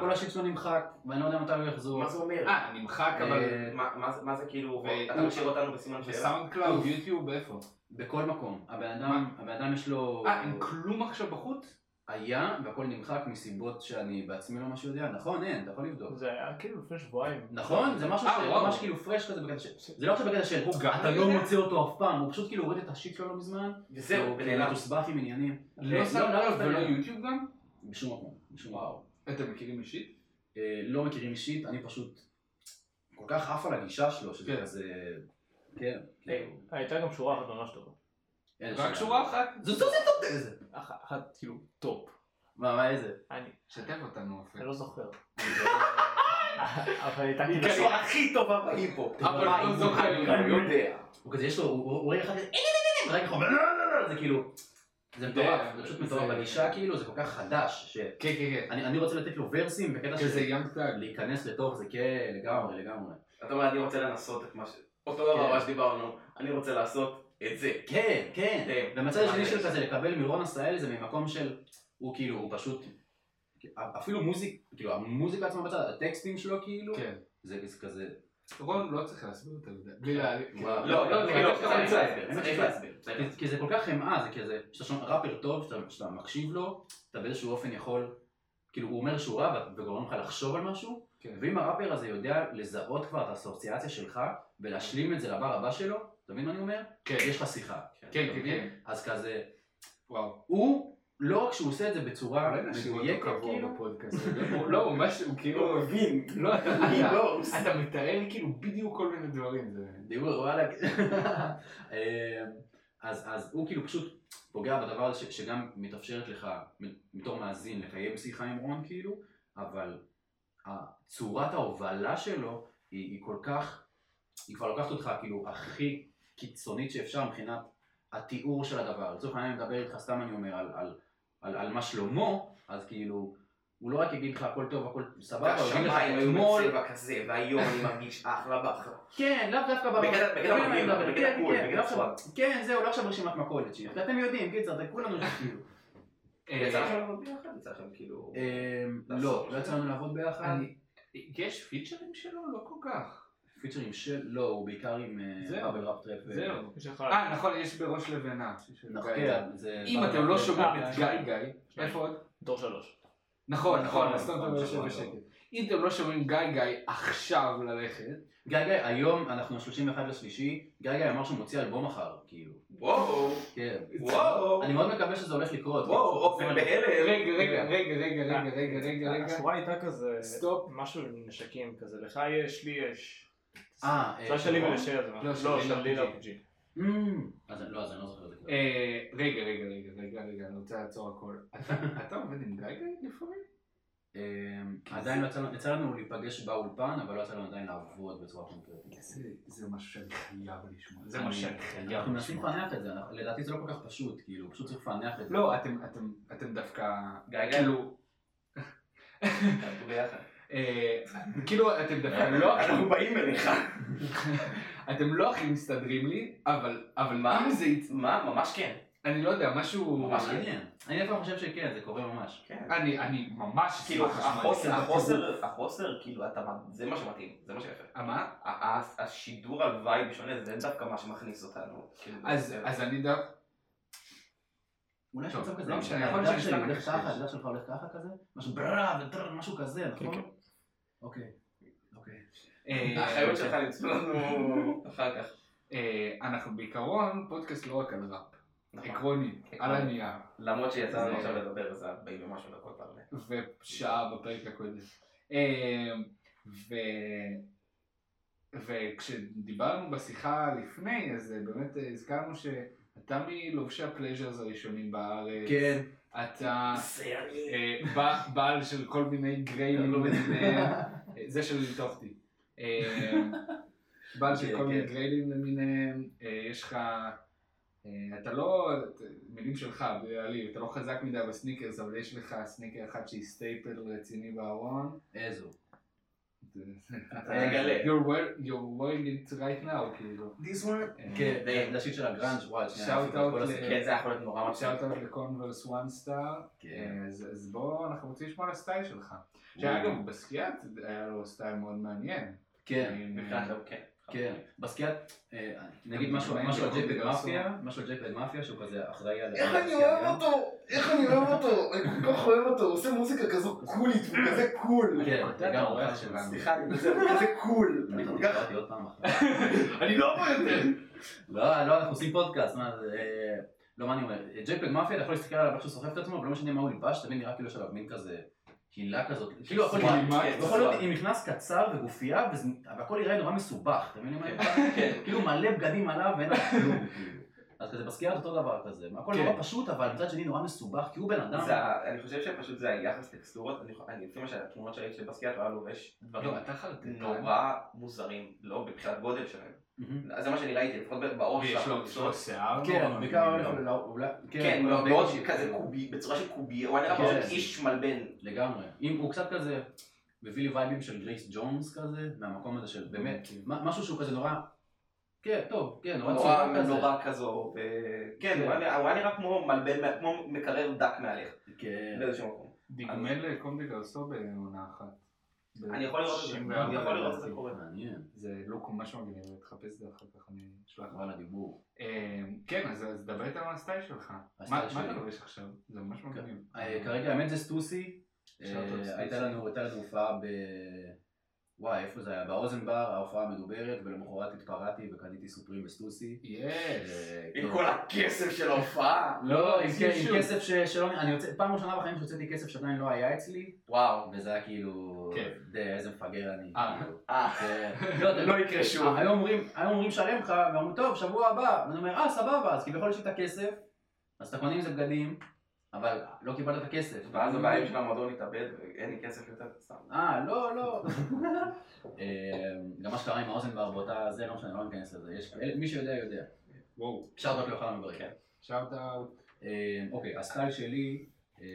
Speaker 3: כל השיט שלו נמחק, ואני לא יודע מתי הוא יחזור.
Speaker 2: מה זה אומר?
Speaker 1: אה, נמחק, אבל...
Speaker 3: אה,
Speaker 2: מה- מה זה- מה זה כאילו,
Speaker 1: ו-
Speaker 2: אתה משאיר אותנו בסימן שאלה?
Speaker 1: בסאונד קלאוד, יוטיוב, איפה?
Speaker 3: בכל מקום, הבן אדם, הבן אדם יש לו,
Speaker 1: אה, הם כלום עכשיו בחוץ?
Speaker 3: היה, והכל נמחק מסיבות שאני בעצמי לא ממש יודע, נכון, אין, אתה יכול לבדוק.
Speaker 4: זה היה כאילו לפני שבועיים.
Speaker 3: נכון, זה משהו
Speaker 1: אה, וואו.
Speaker 3: שממש כאילו פרש כזה בקטע של... זה לא עכשיו בקטע של...
Speaker 1: הוא גם
Speaker 3: אתה
Speaker 1: לא
Speaker 3: לא
Speaker 1: יודע?
Speaker 3: מוצא אותו אף פעם, הוא פשוט כאילו הוריד את השיט שלו לא מזמן.
Speaker 2: וזהו,
Speaker 3: הוא כאילו
Speaker 2: ונעלם.
Speaker 3: מתוסבך עם עניינים.
Speaker 1: לא סאונד קלאוד ולא יוטיוב גם?
Speaker 3: בשום מקום, בשום מקום.
Speaker 1: וואו. אתם מכירים אישית?
Speaker 3: אה, לא מכירים אישית, אני פשוט כל כך עף על הגישה שלו, שזה
Speaker 1: כן.
Speaker 3: כזה... כן, כאילו...
Speaker 4: הייתה גם שורה אחת ממש טובה.
Speaker 3: אין
Speaker 1: רק
Speaker 3: שאלה.
Speaker 1: שורה אחת.
Speaker 3: זו זו זו זו זו זו
Speaker 4: אח- אחת כאילו טופ.
Speaker 3: מה, מה איזה?
Speaker 4: אני
Speaker 1: שתף אותנו אופק.
Speaker 4: אני לא זוכר. אבל הייתה כאילו
Speaker 2: הקשור הכי טובה בהיפ-הופ.
Speaker 1: אבל
Speaker 3: מה,
Speaker 1: לא
Speaker 3: אם-
Speaker 1: זוכר.
Speaker 2: אני יודע.
Speaker 3: הוא כזה, יש לו, הוא- הוא הוא רגע אחד, כזה, "אה, אה, אה, אה", ורגע אחד, "לא, לא, לא, לא", זה כאילו... זה מטורף, זה פשוט
Speaker 1: כן, זה-
Speaker 3: מטורף בגישה, כאילו, זה כל כך חדש, ש...
Speaker 1: כן, כן,
Speaker 3: אני אני רוצה לתת לו ורסים בקטע
Speaker 1: כן.
Speaker 3: של...
Speaker 1: כזה ים טאג.
Speaker 3: להיכנס לתוך זה כן, לגמרי, לגמרי.
Speaker 2: אתה אומר, אני רוצה לנסות את מה ש... אותו דבר
Speaker 3: כן.
Speaker 2: מה שדיברנו, אני רוצה לעשות את זה.
Speaker 3: כן, כן.
Speaker 2: כן.
Speaker 3: ומצד השני של
Speaker 2: ממש.
Speaker 3: כזה לקבל מרון עשהאל זה ממקום של, הוא כאילו, הוא פשוט, אפילו מוזיק, כאילו המוזיקה עצמה בצד, הטקסטים שלו כאילו,
Speaker 1: כן.
Speaker 3: זה זה כזה,
Speaker 1: רון לא צריך להסביר יותר מדי. בלי להעליב.
Speaker 3: וואו.
Speaker 1: כן.
Speaker 2: לא, לא,
Speaker 1: אני
Speaker 2: לא,
Speaker 1: חושב
Speaker 2: צריך
Speaker 1: שזה-
Speaker 2: להסביר, צריך להסביר. צריך
Speaker 3: כי-
Speaker 2: להסביר.
Speaker 3: כי זה כל כך חמאה, זה כזה, שאתה שומע ראפר טוב, שאתה- שאתה מקשיב לו, אתה באיזשהו אופן יכול, כאילו הוא אומר שורה ו- וגורם לך לחשוב על משהו,
Speaker 1: כן.
Speaker 3: ואם הראפר הזה יודע לזהות כבר את האסוציאציה שלך ולהשלים את זה לבר הבא שלו, אתה מבין מה אני אומר?
Speaker 1: כן,
Speaker 3: יש לך שיחה.
Speaker 1: כן,
Speaker 3: אתה
Speaker 1: כן,
Speaker 3: מבין?
Speaker 1: כן.
Speaker 3: אז כזה,
Speaker 1: וואו.
Speaker 3: הוא, לא רק שהוא עושה את זה בצורה
Speaker 1: אולי נשאיר אותו
Speaker 3: מדויקת,
Speaker 1: קבוע
Speaker 3: כאילו,
Speaker 1: בפודקאסט. הוא- לא, הוא ממש, הוא כאילו...
Speaker 2: מבין.
Speaker 1: לא, אתה-
Speaker 2: אני
Speaker 1: אתה-
Speaker 2: לא.
Speaker 1: אתה מתאר כאילו בדיוק כל מיני דברים. זה-
Speaker 3: דיור וואלה, אה, אז, אז הוא כאילו פשוט פוגע בדבר הזה ש- שגם מתאפשרת לך, מ- בתור מאזין, לקיים שיחה עם רון כאילו, אבל צורת ההובלה שלו היא, היא כל כך, היא כבר לוקחת אותך כאילו הכי קיצונית שאפשר מבחינת התיאור של הדבר. לצורך העניין אני מדבר איתך, סתם אני אומר, על, על, על, על מה שלמה, אז כאילו, הוא לא רק יגיד לך הכל טוב, הכל סבבה, הוא יגיד לך
Speaker 2: השמיים היו
Speaker 3: אתמול,
Speaker 2: בצבע כזה, והיום אני מרגיש אחלה באחלה.
Speaker 3: כן, לאו דווקא
Speaker 2: בקטע- בקטע
Speaker 3: אתה מבין מה אני
Speaker 2: מגניב,
Speaker 3: מדבר,
Speaker 2: בקטע
Speaker 3: כן,
Speaker 2: קול,
Speaker 3: כן,
Speaker 2: בקטע
Speaker 3: לא עכשיו-
Speaker 2: צורה.
Speaker 3: כן, זהו, לא עכשיו רשימת מכולת שלי. אתם יודעים, קיצר, אתם כולנו כאילו.
Speaker 2: יצא
Speaker 1: אה,
Speaker 2: לכם לעבוד ביחד? יצא לכם כאילו...
Speaker 3: לא, לא יצא לנו לעבוד ביחד.
Speaker 1: אני- יש פיצ'רים שלו? לא כל כך.
Speaker 3: פיצ'רים של, לא, הוא בעיקר עם אה,
Speaker 1: זהו.
Speaker 3: באבל ראפ טראפ. ו-
Speaker 1: זהו.
Speaker 4: יש אחד.
Speaker 1: אה, נכון, יש בראש לבנה.
Speaker 3: נכון, כן, זה-
Speaker 1: אם
Speaker 3: באבל
Speaker 1: אתם לא
Speaker 3: ראפ טראפ,
Speaker 1: שומעים את
Speaker 3: אה,
Speaker 1: גיא,
Speaker 3: שניים.
Speaker 1: גיא, איפה עוד?
Speaker 4: דור שלוש.
Speaker 1: נכון, נכון,
Speaker 3: נכון,
Speaker 1: אז טוב
Speaker 3: נכון,
Speaker 1: אתה יושב
Speaker 3: נכון,
Speaker 1: בשקט. אם אתם לא שומעים גיא גיא עכשיו ללכת,
Speaker 3: גיא גיא, היום אנחנו 31 לשלישי, גיא גיא אמר שהוא מוציא אלבום מחר, כאילו.
Speaker 2: וואו,
Speaker 3: כן.
Speaker 2: וואו,
Speaker 3: אני מאוד מקווה שזה הולך לקרות.
Speaker 2: וואו, אופן בהלם.
Speaker 1: רגע,
Speaker 3: אה.
Speaker 1: רגע, רגע, רגע, רגע, רגע, רגע, רגע,
Speaker 4: השורה הייתה כזה,
Speaker 1: סטופ.
Speaker 4: משהו עם נשקים כזה, לך יש, לי יש.
Speaker 3: אה, אה,
Speaker 4: זה שלי
Speaker 3: נכון?
Speaker 4: ולשל זה
Speaker 1: לא,
Speaker 4: מה.
Speaker 1: של
Speaker 4: לא, של
Speaker 1: לי
Speaker 4: לי
Speaker 1: לא
Speaker 4: RPG.
Speaker 3: אמ, אז אני- לא, אז אני לא זוכר את זה. כבר.
Speaker 1: אה, רגע, רגע, רגע, רגע, רגע, אני רוצה לעצור הכל. אתה- אתה עובד עם גיא גיא לפעמים?
Speaker 3: אמ, עדיין לא יצא לנו- יצא לנו להיפגש באולפן, אבל לא יצא לנו עדיין לעבוד בצורה קונקרטית.
Speaker 1: זה- זה משהו שאני חייב לשמוע.
Speaker 4: זה מה ש...
Speaker 1: כן,
Speaker 3: אנחנו מנסים לפענח את זה, אנחנו- לדעתי זה לא כל כך פשוט, כאילו, פשוט צריך לפענח את זה.
Speaker 1: לא, אתם- אתם- אתם דווקא...
Speaker 2: געגענו.
Speaker 1: כאילו...
Speaker 2: אנחנו ביחד.
Speaker 1: אה, כאילו אתם דווקא לא...
Speaker 2: אנחנו באים אליך.
Speaker 1: אתם לא הכי מסתדרים לי, אבל... אבל מה? זה... יצ-
Speaker 2: מה? ממש כן.
Speaker 1: אני לא יודע, משהו...
Speaker 2: ממש לא.
Speaker 3: מעניין. אני דווקא חושב שכן, זה קורה ממש.
Speaker 2: כן.
Speaker 1: אני, אני ממש
Speaker 2: כאילו
Speaker 1: אשמח לשמוע את
Speaker 2: החוסר,
Speaker 1: זה.
Speaker 2: החוסר, החוסר, כאילו אתה, זה מה שמתאים, זה מה שיפה.
Speaker 1: אה, מה?
Speaker 2: ה- ה- השידור על וייב שונה זה דווקא מה שמכניס אותנו. כאילו,
Speaker 1: אז,
Speaker 2: זה-
Speaker 1: אז אני דווקא...
Speaker 3: אולי יש
Speaker 1: טוב,
Speaker 3: מצב כזה,
Speaker 1: לא משנה, יכול להיות
Speaker 3: הדף
Speaker 1: שאני סתם
Speaker 3: שלי הולך
Speaker 1: מקשקש.
Speaker 3: ככה, הדף שלך הולך ככה כזה, משהו בררה וטרר, משהו כזה, נכון?
Speaker 4: כן.
Speaker 3: אוקיי. אוקיי.
Speaker 1: אה,
Speaker 2: האחריות שלך למצוא לנו אחר כך.
Speaker 1: אה, אנחנו בעיקרון פודקאסט לא רק על ראפ,
Speaker 2: נכון.
Speaker 1: עקרונית, על הנייר,
Speaker 2: למרות שיצא לנו
Speaker 1: זה-
Speaker 2: עכשיו לדבר איזה 40 ומשהו דקות על זה.
Speaker 1: ושעה בפרק הקודם. אה, ו... וכשדיברנו בשיחה לפני, אז אה, באמת אה, הזכרנו שאתה מלובשי הפלז'רס הראשונים בארץ,
Speaker 3: כן.
Speaker 1: אתה אה, ב- בעל של כל מיני
Speaker 3: כן, לא
Speaker 1: גריילים למיניהם, אה, זה של ליטופטי. אה, בעל של
Speaker 2: כן,
Speaker 1: כל מיני
Speaker 2: כן.
Speaker 1: גריילים למיניהם, אה, יש לך, אה, אתה לא, מילים שלך, בעליל, אתה לא חזק מדי בסניקרס, אבל יש לך סניקר אחד שהיא סטייפל רציני בארון.
Speaker 3: איזו.
Speaker 1: אתה-
Speaker 2: מגלה.
Speaker 1: You're wear- you're wearing it right now, כאילו.
Speaker 3: This one?
Speaker 1: אה,
Speaker 3: כן,
Speaker 2: די.
Speaker 3: זה השיט של הגראנג' וואי, שנייה,
Speaker 1: Shout
Speaker 3: עשיתי את
Speaker 1: out
Speaker 3: כל
Speaker 1: ל-
Speaker 3: הסיפור.
Speaker 2: כן, זה יכול להיות נורא מצחיק.
Speaker 1: שאלת לקונברס וואן סטאר,
Speaker 3: כן.
Speaker 1: אה, אז בוא, אנחנו רוצים לשמוע על הסטייל שלך. שאגב, בשחייה היה לו סטייל מאוד מעניין. אה,
Speaker 3: כן.
Speaker 1: עם-
Speaker 2: מבחינת, כן.
Speaker 3: כן, בסקיאט, אה, נגיד משהו
Speaker 1: גם
Speaker 3: משהו על
Speaker 1: בקובי
Speaker 3: ג'ייפד
Speaker 1: גרסו.
Speaker 3: מאפיה, משהו על ג'ייפד מאפיה שהוא כזה אחראי על... כן?
Speaker 5: איך אני
Speaker 3: בסקיאט
Speaker 5: אוהב
Speaker 3: גם.
Speaker 5: אותו? איך אני אוהב אותו? אני כל כך אוהב אותו, הוא עושה מוזיקה כזו קולית, הוא כזה קול.
Speaker 3: כן,
Speaker 1: אתה
Speaker 3: לגמרי,
Speaker 1: האורח
Speaker 3: אחד
Speaker 1: שלנו.
Speaker 3: שלנו.
Speaker 5: סליחה, אני מנסה, הוא כזה קול. אני כל כך...
Speaker 3: אני עוד פעם אחת.
Speaker 1: אני לא אומר את זה.
Speaker 3: לא, לא, אנחנו עושים פודקאסט, מה זה... אה, לא, מה אני אומר? ג'ייפד מאפיה, אתה יכול להסתכל עליו איך שהוא סוחב את עצמו, ולא משנה מה הוא ילבש, תמיד נראה כאילו יש עליו מין כזה הילה כזאת. כאילו, הכל נראה-
Speaker 1: סלימה,
Speaker 2: כן,
Speaker 3: הוא יכול להיות עם מכנס קצר וגופייה, וזה- והכל נראה נורא מסובך, אתה מבין מה אני אומר?
Speaker 2: כן.
Speaker 3: כאילו מלא בגדים עליו ואין עליו כלום, כאילו. אז כזה בסקיארט אותו דבר כזה, הכל
Speaker 1: כן.
Speaker 3: נורא פשוט, אבל מצד שני נורא מסובך, כי הוא בן אדם...
Speaker 2: זה ה- אני חושב שפשוט זה היחס טקסטורות, אני חו- אני- לפי מה שהתמונות שראיתי של בסקיאט הוא היה לובש דברים
Speaker 1: לא, אתה חרטטן.
Speaker 2: נורא מוזרים, לא מבחינת גודל שלהם.
Speaker 3: מהמם.
Speaker 2: זה מה שאני ראיתי, לפחות בעור
Speaker 1: יש לו- יש לו
Speaker 2: שלו.
Speaker 1: שיער.
Speaker 3: כן,
Speaker 1: נורא
Speaker 3: בעיקר
Speaker 1: מגניב.
Speaker 3: הולך ל- אולי...
Speaker 2: כן,
Speaker 3: אולי-
Speaker 2: מאוד כזה קובי, בצורה של קובי, הוא היה נראה
Speaker 3: כן.
Speaker 2: פשוט איש מלבן.
Speaker 3: לגמרי. אם הוא קצת כזה, מביא לי וייבים של גרייס ג'ונס כזה, מהמקום הזה של באמת,
Speaker 2: כן.
Speaker 3: מה- משהו שהוא כזה נורא, כן, טוב, כן, נורא
Speaker 2: נורא
Speaker 3: צורם כזה.
Speaker 2: מנורה כזו, ו- כן, הוא היה נראה- הוא היה נראה כמו מלבן, מה- כמו מקרר דק מהליך,
Speaker 3: כן.
Speaker 2: באיזשהו מקום.
Speaker 1: דגמי לקומדי גרסו בעונה אחת.
Speaker 2: אני יכול לראות את זה,
Speaker 1: ב-
Speaker 2: אני יכול לראות את זה קורה.
Speaker 3: מעניין.
Speaker 1: זה לא לוק ממש מגניב, תחפש את זה אחר כך, אני אשלח לך.
Speaker 3: וואלה דיבור.
Speaker 1: אה, כן, אז אז דבר איתנו על הסטייל שלך. מה-
Speaker 3: הסטייל
Speaker 1: מה
Speaker 3: שלי.
Speaker 1: אתה לובש עכשיו? זה ממש מגניב.
Speaker 3: אה, כרגע האמת זה סטוסי.
Speaker 1: שאלת
Speaker 3: אה,
Speaker 1: על סטוסי.
Speaker 3: הייתה לנו הייתה לנו הופעה ב... וואי, איפה זה היה? באוזן בר, ההופעה המדוברת, ולמחרת התפרעתי וקניתי סופרים בסטוסי.
Speaker 1: יס.
Speaker 3: אה,
Speaker 2: עם
Speaker 3: כן.
Speaker 2: כל הכסף של ההופעה.
Speaker 3: לא, עם
Speaker 1: זה
Speaker 3: כ- עם
Speaker 1: שוב.
Speaker 3: כסף ש- שלא... אני יוצא... פעם ראשונה בחיים שהוצאתי כסף שעדיין לא היה אצלי,
Speaker 2: וואו.
Speaker 3: וזה היה כאילו...
Speaker 1: כן.
Speaker 3: די, איזה מפגר אני.
Speaker 1: אה.
Speaker 3: כאילו.
Speaker 2: אה,
Speaker 3: זה-
Speaker 2: לא יקרה שוב.
Speaker 3: היו אומרים, היו אומרים שלם לך, ואמרו, טוב, שבוע הבא. ואני אומר, אה, סבבה, אז כביכול יש לי את הכסף, אז אתה קונה עם זה בגדים, אבל לא קיבלת את הכסף.
Speaker 2: ואז הבעלים של המועדון התאבד ואין לי כסף יותר, סתם.
Speaker 3: אה, לא, לא. אה, גם מה שקרה עם האוזן בר באותה זה, לא משנה, לא ניכנס לזה. יש- אלה- מי שיודע, יודע.
Speaker 1: וואו,
Speaker 3: שאר לא יכולה מברך.
Speaker 1: שאוט אאוט.
Speaker 3: אה, אוקיי, הסטייל שלי, אה,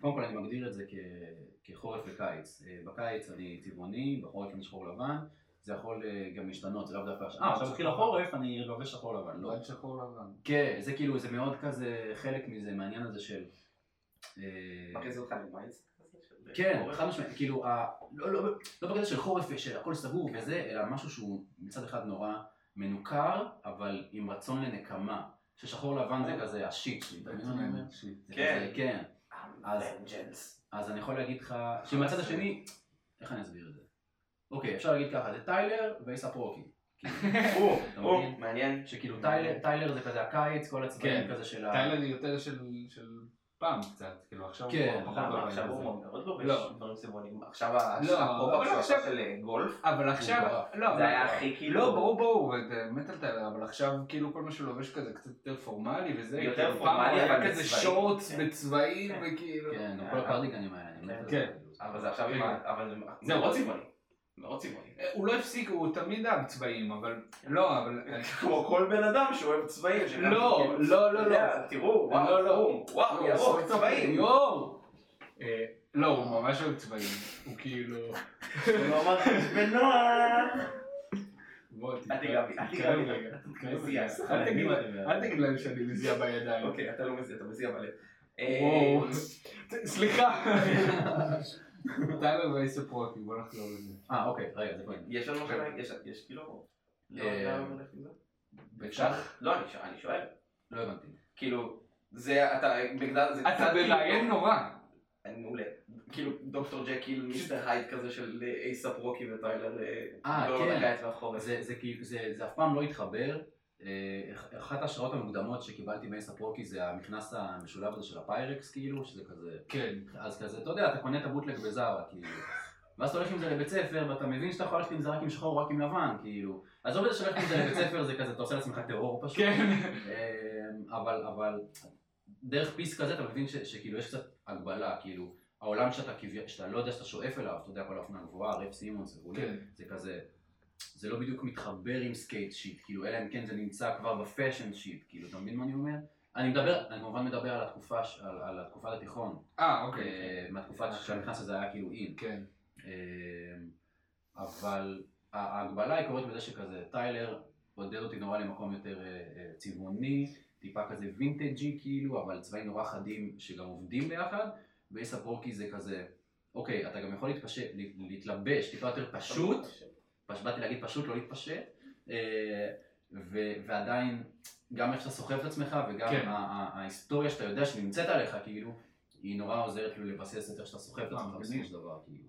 Speaker 3: קודם כל אני מגדיר את זה כ- כחורף וקיץ. אה, בקיץ אני צבעוני, בחורף אני שחור לבן, זה יכול אה, גם להשתנות, זה לאו דווקא... אה, עכשיו התחיל החורף, אני לובש שחור לבן, לא.
Speaker 1: עד שחור לבן.
Speaker 3: כן, זה כאילו, זה מאוד כזה, חלק מזה, מהעניין הזה של... אה,
Speaker 2: מכניס אותך למייץ?
Speaker 3: כן, חד משמעית, כאילו, ה- לא- לא לא בקטע של חורף, של הכל סגור וזה, אלא משהו שהוא מצד אחד נורא מנוכר, אבל עם רצון לנקמה. ששחור לבן זה כזה השיט שלי, אתה מבין מה אני אומר? זה
Speaker 2: כן.
Speaker 3: כזה, כן. אז-
Speaker 2: ונג'נס.
Speaker 3: אז אני יכול להגיד לך, שמהצד השני, איך אני אסביר את זה? אוקיי, אפשר להגיד ככה, זה טיילר ואיסאפ רוקי.
Speaker 2: או,
Speaker 3: אתה
Speaker 2: או,
Speaker 3: מבין?
Speaker 2: מעניין.
Speaker 3: שכאילו טיילר, טיילר זה כזה הקיץ, כל הצבעים
Speaker 1: כן.
Speaker 3: כזה של ה...
Speaker 1: טיילר היא יותר של- של פעם קצת, כאילו עכשיו
Speaker 3: כן,
Speaker 1: הוא פחות
Speaker 2: למה
Speaker 1: בבית
Speaker 2: עכשיו
Speaker 1: הזה.
Speaker 2: הוא מאוד
Speaker 1: לא.
Speaker 2: לובש דברים צבעוניים? עכשיו ה-
Speaker 1: לא,
Speaker 2: הפרופ
Speaker 1: אבל
Speaker 2: שהוא
Speaker 1: עכשיו-
Speaker 2: עשה של אה, גולף?
Speaker 1: אבל עכשיו,
Speaker 3: מטורף.
Speaker 1: לא, אבל-
Speaker 2: זה היה הכי כאילו...
Speaker 1: לא, ברור, ברור, ואת מת על טיילר, אבל עכשיו כאילו כל מה שהוא לובש כזה קצת יותר פורמלי וזה,
Speaker 2: יותר
Speaker 1: כאילו, פעם
Speaker 2: פורמלי,
Speaker 1: הוא היה
Speaker 2: אבל
Speaker 1: כזה
Speaker 2: בצבעים.
Speaker 1: שורטס
Speaker 2: כן.
Speaker 1: בצבעים
Speaker 2: כן.
Speaker 1: וכאילו,
Speaker 3: כן, כל הקרדיגנים האלה, אני מת על זה.
Speaker 1: כן.
Speaker 3: כאילו,
Speaker 2: אבל זה עכשיו עם ה... אבל זה
Speaker 1: זהו.
Speaker 2: מאוד צבעוני. מאוד צבעוני.
Speaker 1: הוא לא הפסיק, הוא תמיד אהב צבעים, אבל...
Speaker 2: כן.
Speaker 1: לא, אבל...
Speaker 2: כמו כל בן אדם שאוהב צבעים. שגם-
Speaker 1: לא,
Speaker 2: כאילו,
Speaker 1: לא, לא,
Speaker 2: אתה
Speaker 1: לא.
Speaker 2: יודע, תראו,
Speaker 1: לא, לא.
Speaker 2: וואו, חום, וואו, ירוק, צבעים.
Speaker 1: יואו! אה, לא, הוא ממש אוהב צבעים. הוא כאילו...
Speaker 2: הוא לא אמר, בנוח.
Speaker 1: בוא,
Speaker 2: אל תיגע בי, אל תיגע
Speaker 1: תתקרב
Speaker 2: בי.
Speaker 1: רגע. תתקרב
Speaker 2: מזיע.
Speaker 1: רגע. אל תגיד- אל תגיד להם שאני מזיע בידיים.
Speaker 2: אוקיי, אתה לא מזיע, אתה מזיע בלב. אה,
Speaker 1: וואו. סליחה. טיילר ואיסופרוקי, בוא נחזור לזה.
Speaker 3: אה, אוקיי, רגע, זה פוינט.
Speaker 2: יש לנו
Speaker 1: כן.
Speaker 2: שאלה? יש- יש כאילו... לא,
Speaker 3: אה,
Speaker 2: למה הולך עם זה?
Speaker 3: אפשר?
Speaker 2: לא, אני שואל- אני שואל.
Speaker 3: לא הבנתי.
Speaker 2: כאילו, זה, אתה, בגלל זה...
Speaker 1: אתה
Speaker 2: קצת
Speaker 1: מראיין
Speaker 2: כאילו-
Speaker 1: נורא.
Speaker 2: אני מעולה. כאילו, דוקטור ג'קיל, מיסטר הייד כזה של אייסאפ רוקי וטיילר.
Speaker 3: אה,
Speaker 2: לא
Speaker 3: כן.
Speaker 2: לקייץ והחורף.
Speaker 3: זה, זה, כאילו- זה, זה אף פעם לא התחבר. אה, אח- אחת ההשראות המוקדמות שקיבלתי מאייס הפרוקי זה המכנס המשולב הזה של הפיירקס, כאילו, שזה כזה...
Speaker 1: כן.
Speaker 3: אז כזה, אתה יודע, אתה קונה את הבוטלג בזארה, כאילו. ואז אתה הולך עם זה לבית ספר, ואתה מבין שאתה יכול ללכת עם זה רק עם שחור, רק עם לבן, כאילו. עזוב את זה שהולך עם זה לבית ספר, זה כזה, אתה עושה לעצמך טרור פשוט.
Speaker 1: כן.
Speaker 3: אמ, אבל, אבל דרך פיס כזה אתה מבין ש, שכאילו יש קצת הגבלה, כאילו העולם שאתה, כביע- שאתה לא יודע שאתה שואף אליו, אתה יודע כל האופנה הגבוהה, רב סימונס וכולי,
Speaker 1: כן.
Speaker 3: זה כזה, זה לא בדיוק מתחבר עם סקייט שיט, כאילו אלא אם כן זה נמצא כבר בפאשן שיט, כאילו אתה מבין מה אני אומר? אני מדבר, אני כמובן מדבר על התקופה, ש- על, על התקופת התיכון,
Speaker 1: אה, אוקיי.
Speaker 3: אה, מהתקופה שהנכנס הזה היה כאילו אין.
Speaker 1: כן.
Speaker 3: אמ, אבל ה- ההגבלה היא קורית בזה שכזה, טיילר עודד אותי נורא למקום יותר אה, אה, צבעוני, טיפה כזה וינטג'י כאילו, אבל צבעים נורא חדים שגם עובדים ביחד, ואיסה פורקי זה כזה, אוקיי, אתה גם יכול להתפשט, לה- להתלבש טיפה יותר פשוט, פש- באתי להגיד פשוט לא להתפשט, אה, ו- ועדיין, גם איך שאתה סוחב את עצמך וגם
Speaker 1: כן.
Speaker 3: ה- ה- ההיסטוריה שאתה יודע שנמצאת עליך, כאילו, היא נורא עוזרת כאילו לבסס את איך שאתה סוחב את
Speaker 1: אה,
Speaker 3: עצמך
Speaker 1: מגניב.
Speaker 3: בסופו של דבר, כאילו.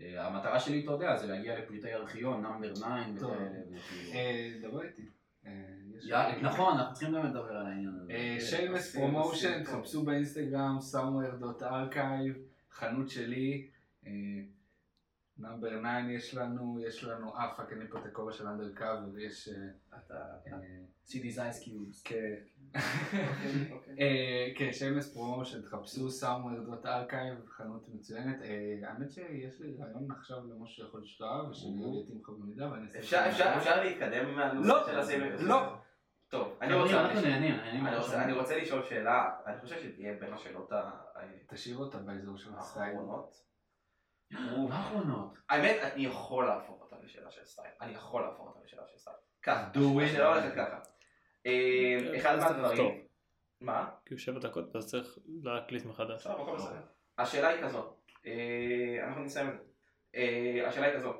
Speaker 3: אה, המטרה שלי, אתה יודע, זה להגיע לפריטי ארכיון, נאמבר 9
Speaker 1: טוב.
Speaker 3: וכאלה, וכאילו.
Speaker 1: אה, דבר איתי. אה, יש-
Speaker 3: יאללה, נכון, אנחנו צריכים גם לדבר על העניין
Speaker 1: אה,
Speaker 3: הזה. אה,
Speaker 1: שיימס
Speaker 2: עושים,
Speaker 1: פרומושן,
Speaker 2: עושים.
Speaker 1: תחפשו באינסטגרם, somewhere.archive, חנות שלי. נאמבר 9 יש לנו, יש לנו, אה פאק, אין לי פה את הכובע של אנדרקאבר, ויש... אה,
Speaker 2: אתה...
Speaker 1: אה,
Speaker 3: CD Zeiss Cubes.
Speaker 1: כן.
Speaker 2: אוקיי, אוקיי.
Speaker 1: אה, כן, שיימס פרומושן, תחפשו somewhere.archive, חנות מצוינת. אה, האמת שיש לי רעיון עכשיו למשהו שיכול לשתות, ושאני
Speaker 3: אוהו.
Speaker 1: אגיד לך במידה, ואני אעשה...
Speaker 2: אפשר- אפשר אפשר להתקדם
Speaker 1: לא,
Speaker 2: מהנושא של הסמל?
Speaker 1: לא.
Speaker 2: טוב, אני
Speaker 3: חברים,
Speaker 2: רוצה...
Speaker 3: לא, אנחנו נהנים, נהנים.
Speaker 2: אני רוצה- אני רוצה לשאול שאלה, אני חושב שתהיה בין השאלות ה-
Speaker 1: תשאיר אותה באזור של
Speaker 3: נכון.
Speaker 1: הסטייל.
Speaker 2: האחרונות.
Speaker 3: מה האחרונות?
Speaker 2: האמת, אני יכול להפוך אותה לשאלה של סטייל. אני יכול להפוך אותה לשאלה של סטייל. ככה,
Speaker 3: Do it.
Speaker 2: השאלה הולכת ככה.
Speaker 1: כן,
Speaker 2: אה, אחד
Speaker 4: אז טוב.
Speaker 2: מהדברים... מה?
Speaker 4: כאילו שבע דקות ואז צריך להקליט מחדש.
Speaker 2: בסדר, הכל בסדר. השאלה היא כזאת, אה, אנחנו נסיים את זה. אה, השאלה היא כזאת,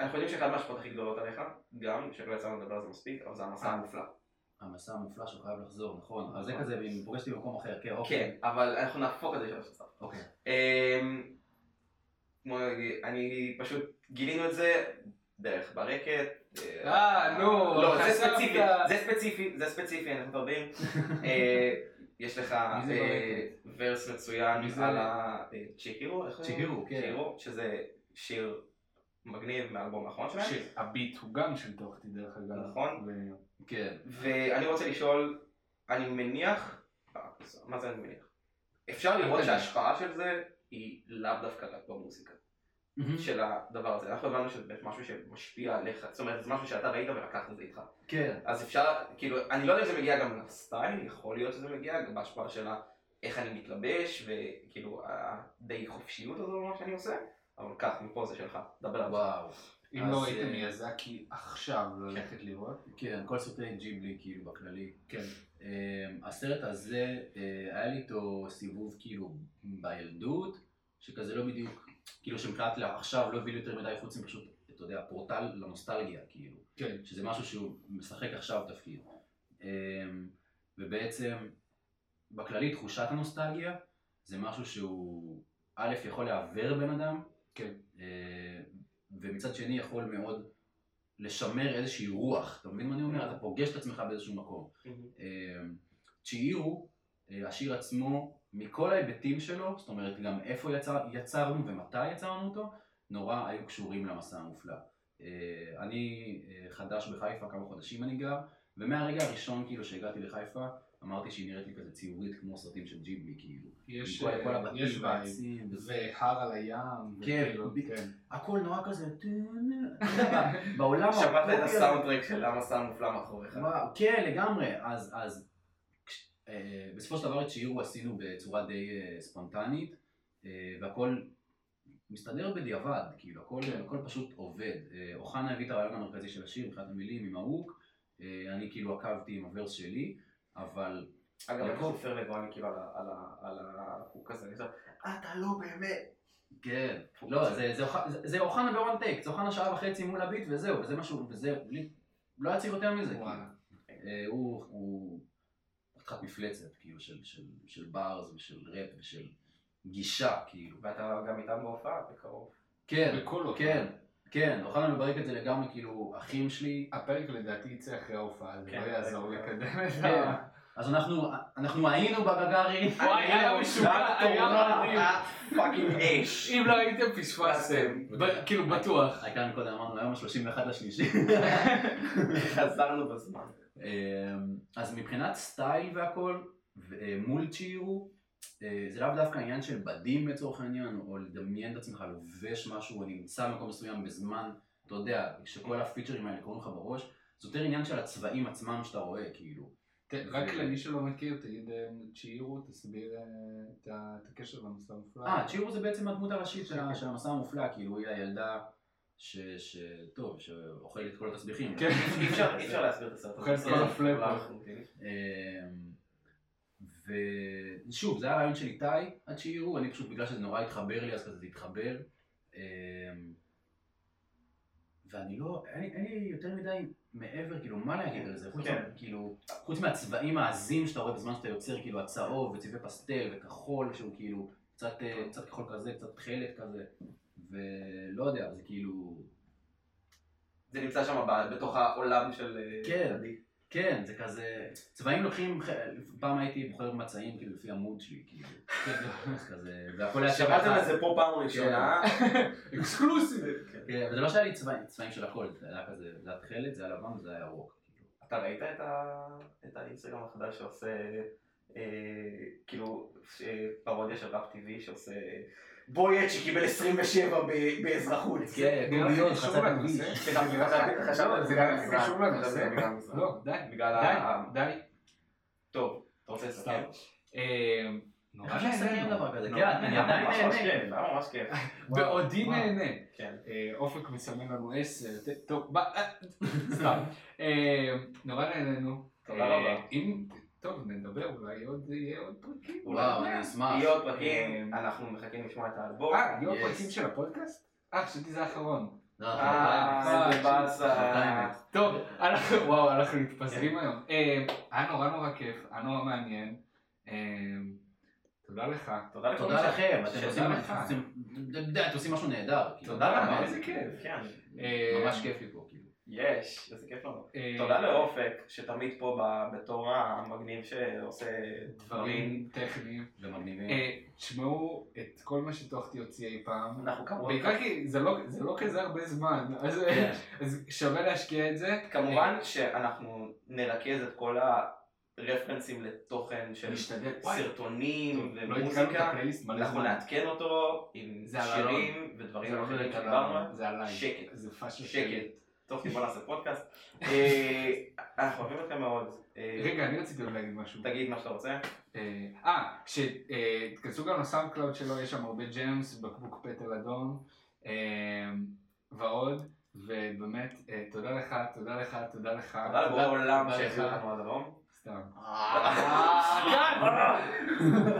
Speaker 2: אנחנו יודעים שאחת מההשפעות הכי גדולות עליך, גם, שלא יצא לנו לדבר על זה מספיק, אבל זה המסע
Speaker 1: אה.
Speaker 2: המופלא.
Speaker 3: המסע המופלא שהוא חייב לחזור, נכון. אז זה כזה, אם פוגשתי במקום אחר, כן,
Speaker 2: כן,
Speaker 3: אוקיי.
Speaker 2: אבל אנחנו נהפוך את זה לשלוש עשרה.
Speaker 3: אוקיי.
Speaker 2: אמ, כמו להגיד, אני פשוט גילינו את זה דרך ברקת.
Speaker 1: אה, נו,
Speaker 2: לא, זה
Speaker 1: חשבת.
Speaker 2: ספציפי, זה ספציפי, זה ספציפי, אנחנו מדברים. אה, יש לך
Speaker 1: מי זה
Speaker 2: אה,
Speaker 1: ברקת?
Speaker 2: ורס מצוין
Speaker 1: מי זה?
Speaker 2: על הצ'יקירו, איך קוראים?
Speaker 3: צ'יקירו, כן.
Speaker 2: צ'יקירו, שזה שיר מגניב מהאלבום האחרון שלהם.
Speaker 1: שהביט הוא גם של טוחטי דרך אגב.
Speaker 2: נכון.
Speaker 1: ו-
Speaker 3: כן.
Speaker 2: ואני רוצה לשאול, אני מניח, מה זה אני מניח? אפשר לראות
Speaker 1: תניח.
Speaker 2: שההשפעה של זה היא לאו דווקא רק במוזיקה
Speaker 3: כן.
Speaker 2: של הדבר הזה. אנחנו הבנו שזה באמת משהו שמשפיע עליך, זאת אומרת זה משהו שאתה ראית ולקחת את זה איתך.
Speaker 3: כן.
Speaker 2: אז אפשר, כאילו, אני לא יודע אם זה מגיע גם לסטייל, יכול להיות שזה מגיע גם בהשפעה של ה- איך אני מתלבש, וכאילו הדי חופשיות הזו במה שאני עושה, אבל קח מפה זה שלך, דבר על זה.
Speaker 3: וואו.
Speaker 1: אם
Speaker 3: אז,
Speaker 1: לא
Speaker 3: אה,
Speaker 1: ראיתם מיאזקי עכשיו ללכת לראות.
Speaker 3: כן, כל סרטי ג'יבלי כאילו בכללי.
Speaker 1: כן.
Speaker 3: אמ, הסרט הזה, אה, היה לי איתו סיבוב כאילו בילדות, שכזה לא בדיוק, כאילו שמבחינת לעכשיו לא הביא לי יותר מדי חוץ מפשוט, אתה יודע, פורטל לנוסטלגיה כאילו.
Speaker 1: כן.
Speaker 3: שזה משהו שהוא משחק עכשיו תפקיד. אמ, ובעצם, בכללי תחושת הנוסטלגיה זה משהו שהוא א', יכול לעוור בן אדם,
Speaker 1: כן.
Speaker 3: אה, ומצד שני יכול מאוד לשמר איזושהי רוח, אתה מבין מה אני אומר? אתה פוגש את עצמך באיזשהו מקום. אמ, צ'יאירו, אה, השיר עצמו, מכל ההיבטים שלו, זאת אומרת גם איפה יצר, יצרנו ומתי יצרנו אותו, נורא היו קשורים למסע המופלא. אה, אני אה, חדש בחיפה, כמה חודשים אני גר, ומהרגע הראשון כאילו שהגעתי לחיפה, אמרתי שהיא נראית לי כזה ציורית כמו סרטים של ג'יבלי, כאילו.
Speaker 1: יש
Speaker 3: עם כל- כל
Speaker 1: אה,
Speaker 3: הבתים
Speaker 1: יש וייב.
Speaker 3: והעצים וזה.
Speaker 1: והר על הים.
Speaker 3: כן,
Speaker 1: וכאילו,
Speaker 3: ב-
Speaker 1: כן.
Speaker 3: הכל נורא כזה, אתה יודע, בעולם
Speaker 2: שמעת את
Speaker 3: האוטופי הזה-
Speaker 2: הסאונדטרק של למה סם מופלא מאחוריך.
Speaker 3: וואו, כן, לגמרי. אז, אז כש- אה, בסופו של דבר את שיעור עשינו בצורה די אה, ספונטנית, אה, והכל מסתדר בדיעבד, כאילו, הכל,
Speaker 1: כן.
Speaker 3: הכל פשוט עובד. אה, אוחנה הביא את הרעיון המרכזי של השיר, מבחינת המילים, עם ההוק, אה, אני כאילו עקבתי עם הוורס שלי, אבל
Speaker 2: אגב, אני
Speaker 3: הכל.
Speaker 2: חופר לגוני כאילו על ה- על ה- על החוק הזה, אני חושב, אתה לא באמת.
Speaker 3: כן, לא,
Speaker 1: אוקיי.
Speaker 3: זה, זה, אוח- זה, זה אוחנה בוואן טייק, זה אוחנה שעה וחצי מול הביט וזהו, וזה משהו, וזה, בלי, לא היה צריך יותר מזה.
Speaker 1: וואלה.
Speaker 3: כאילו. אה, הוא, הוא חתיכת מפלצת, כאילו, של, של, של בארז ושל ראפ ושל גישה, כאילו.
Speaker 2: ואתה גם איתם בהופעה בקרוב.
Speaker 3: כן,
Speaker 1: בכל אופן.
Speaker 3: כן, כן, אוחנה מברק את זה לגמרי, כאילו, אחים שלי.
Speaker 1: הפרק לדעתי יצא אחרי ההופעה, זה
Speaker 2: כן,
Speaker 1: לא יעזור
Speaker 2: כן.
Speaker 1: לקדם את
Speaker 3: כן.
Speaker 1: ה...
Speaker 3: אז אנחנו, אנחנו היינו בגגרי.
Speaker 1: וואי, היה משוגע, היה
Speaker 3: אה,
Speaker 1: מדהים.
Speaker 2: פאקינג אש.
Speaker 1: אם לא הייתם פספסתם,
Speaker 2: פספסתם.
Speaker 3: אוקיי.
Speaker 1: ב- כאילו בטוח.
Speaker 3: העיקר קודם אמרנו, היום ה-31 לשלישי.
Speaker 2: חזרנו בזמן.
Speaker 3: אמ, אז מבחינת סטייל והכל, ו- אה, מול צ'ירו, אה, זה לאו דווקא עניין של בדים לצורך העניין, או לדמיין את עצמך לובש משהו, או נמצא במקום מסוים בזמן, אתה יודע, שכל הפיצ'רים האלה קורים לך בראש, זה יותר עניין של הצבעים עצמם שאתה רואה, כאילו.
Speaker 1: ת- רק למי שלא מכיר, תגיד אה, צ'ירו, תסביר אה, את ה- את הקשר למסע המופלא.
Speaker 3: אה, צ'ירו זה בעצם הדמות הראשית של ה- של המסע המופלא, כאילו היא הילדה ש... ש... טוב, שאוכלת את כל התסביכים.
Speaker 1: כן.
Speaker 2: אי אפשר- אי אפשר להסביר את הסרט.
Speaker 1: אוכל את
Speaker 2: הזה. כן.
Speaker 1: כל הפלאפ.
Speaker 2: כולם חמודים.
Speaker 3: אמ, ושוב, זה היה רעיון של איתי, עד שיראו, אני פשוט, בגלל שזה נורא התחבר לי, אז כזה זה התחבר. אמ, ואני לא, אין, לי- אין לי יותר מדי מעבר, כאילו, מה להגיד על זה? חוץ,
Speaker 2: כן.
Speaker 3: מה- כאילו, חוץ מהצבעים העזים שאתה רואה בזמן שאתה יוצר, כאילו, הצהוב וצבעי פסטל וכחול, שהוא כאילו, קצת, אה, קצת כחול כזה, קצת תכלת כזה, ולא יודע, זה כאילו,
Speaker 2: זה נמצא שם ב- בתוך העולם של... אה,
Speaker 3: כן.
Speaker 2: עדי.
Speaker 3: כן, זה כזה, צבעים לוקחים, פעם הייתי בוחר מצעים כאילו לפי המוד שלי, כאילו, אז כזה, והכל היה
Speaker 2: שמעתם
Speaker 3: אחד.
Speaker 2: על זה פה פעם ראשונה.
Speaker 1: אקסקלוסיבי.
Speaker 3: כן, וזה לא שהיה לי צבעים, צבעים של הכל, זה היה כזה, זה היה תכלת, זה היה לבן וזה היה ירוק. כאילו.
Speaker 2: אתה ראית את, ה... את האינסטגרם החדש שעושה, אה, כאילו, אה, פרודיה של ראפ טבעי שעושה בויאט שקיבל 27 ב... באזרחות.
Speaker 3: כן,
Speaker 1: נראה לי
Speaker 3: קומיות,
Speaker 1: קשור
Speaker 3: חצה
Speaker 1: לנושא.
Speaker 3: כביש.
Speaker 2: סליחה, סליחה, סליחה, חשבתי,
Speaker 1: לא, זה גם קשור לנושא. לא, די.
Speaker 2: כן, בגלל
Speaker 1: די,
Speaker 2: ה...
Speaker 1: די.
Speaker 2: טוב, אתה רוצה לסכם?
Speaker 1: סתם. אה, נורא
Speaker 3: איך
Speaker 1: נהנינו.
Speaker 3: לסכם דבר כזה?
Speaker 2: לא,
Speaker 3: כן, אני
Speaker 2: היה
Speaker 3: עדיין
Speaker 2: ממש ממש
Speaker 3: נהנה.
Speaker 2: כיף, היה ממש כיף.
Speaker 1: בעודי
Speaker 3: וואו.
Speaker 1: נהנה.
Speaker 2: כן.
Speaker 1: אה, אופק מסמן לנו עשר, ת- טוב, ב- אה, סתם. אה, נורא נהנינו.
Speaker 2: תודה
Speaker 1: אה,
Speaker 2: רבה.
Speaker 1: אם, טוב, נדבר, אולי עוד יהיה עוד פרקים.
Speaker 3: וואו, אני אשמח.
Speaker 2: יהיו עוד פרקים, אנחנו מחכים לשמוע את האלבום.
Speaker 1: אה, יהיו עוד
Speaker 3: Yes.
Speaker 1: פרקים של הפודקאסט? אה, חשבתי זה האחרון.
Speaker 3: לא, אנחנו
Speaker 2: אה,
Speaker 3: בינתיים.
Speaker 2: איזה באסה.
Speaker 3: בינתיים.
Speaker 1: טוב, אנחנו, וואו, אנחנו
Speaker 2: כן.
Speaker 1: מתפזרים היום. אה, היה נורא נורא כיף, היה נורא מעניין. אה, תודה לך.
Speaker 2: תודה לכל מי
Speaker 3: תודה
Speaker 2: ש-
Speaker 3: לכם, אתם
Speaker 2: שתודה
Speaker 3: עושים-
Speaker 1: לך.
Speaker 3: אתם עושים- אתם יודעים, אתם עושים משהו נהדר. כאילו.
Speaker 2: תודה רבה,
Speaker 3: ממש-
Speaker 1: איזה כיף.
Speaker 2: כן.
Speaker 1: אה,
Speaker 3: ממש כיף לי פה, כאילו.
Speaker 2: יש, איזה כיף לנו.
Speaker 1: אה,
Speaker 2: תודה לאופק, שתמיד פה ב- בתור המגניב שעושה דברים.
Speaker 1: דברים טכניים.
Speaker 3: ומגניבים.
Speaker 1: אה, תשמעו את כל מה שטוחתי הוציא אי פעם.
Speaker 2: אנחנו כמובן,
Speaker 1: בעיקר כי זה לא- זה לא כזה הרבה זמן, אז-
Speaker 3: כן.
Speaker 1: אז שווה להשקיע את זה.
Speaker 2: כמובן שאנחנו נרכז את כל הרפרנסים לתוכן של
Speaker 1: להשתדל.
Speaker 2: סרטונים
Speaker 1: לא התחלנו את
Speaker 2: ומוזיקה. נכון,
Speaker 1: הפלייליסט מלא
Speaker 2: אנחנו
Speaker 1: זמן.
Speaker 2: נעדכן אותו עם
Speaker 1: זה על אלון.
Speaker 2: שירים ודברים
Speaker 1: זה לא
Speaker 2: אחרים
Speaker 1: חלק על
Speaker 2: שדיברנו
Speaker 1: ה-
Speaker 2: עליהם.
Speaker 1: זה עליי.
Speaker 2: שקט.
Speaker 1: זה פאשלה שלי.
Speaker 2: שקט. טוב, בוא נעשה פודקאסט. אה, אנחנו אוהבים אתכם מאוד. אה,
Speaker 1: רגע, אני רציתי עוד להגיד משהו.
Speaker 2: תגיד מה שאתה רוצה.
Speaker 1: אה, אה, כשתכנסו גם לסאונד קלאוד שלו, יש שם הרבה ג'אמס, בקבוק פטל אדום, אה, ועוד, ובאמת, אה, תודה לך, תודה לך, תודה לך.
Speaker 2: תודה לבורא עולם
Speaker 1: תודה
Speaker 2: שהביאו
Speaker 1: לך.
Speaker 2: אותנו עד הלום.
Speaker 1: סתם.
Speaker 3: אה,
Speaker 2: אה,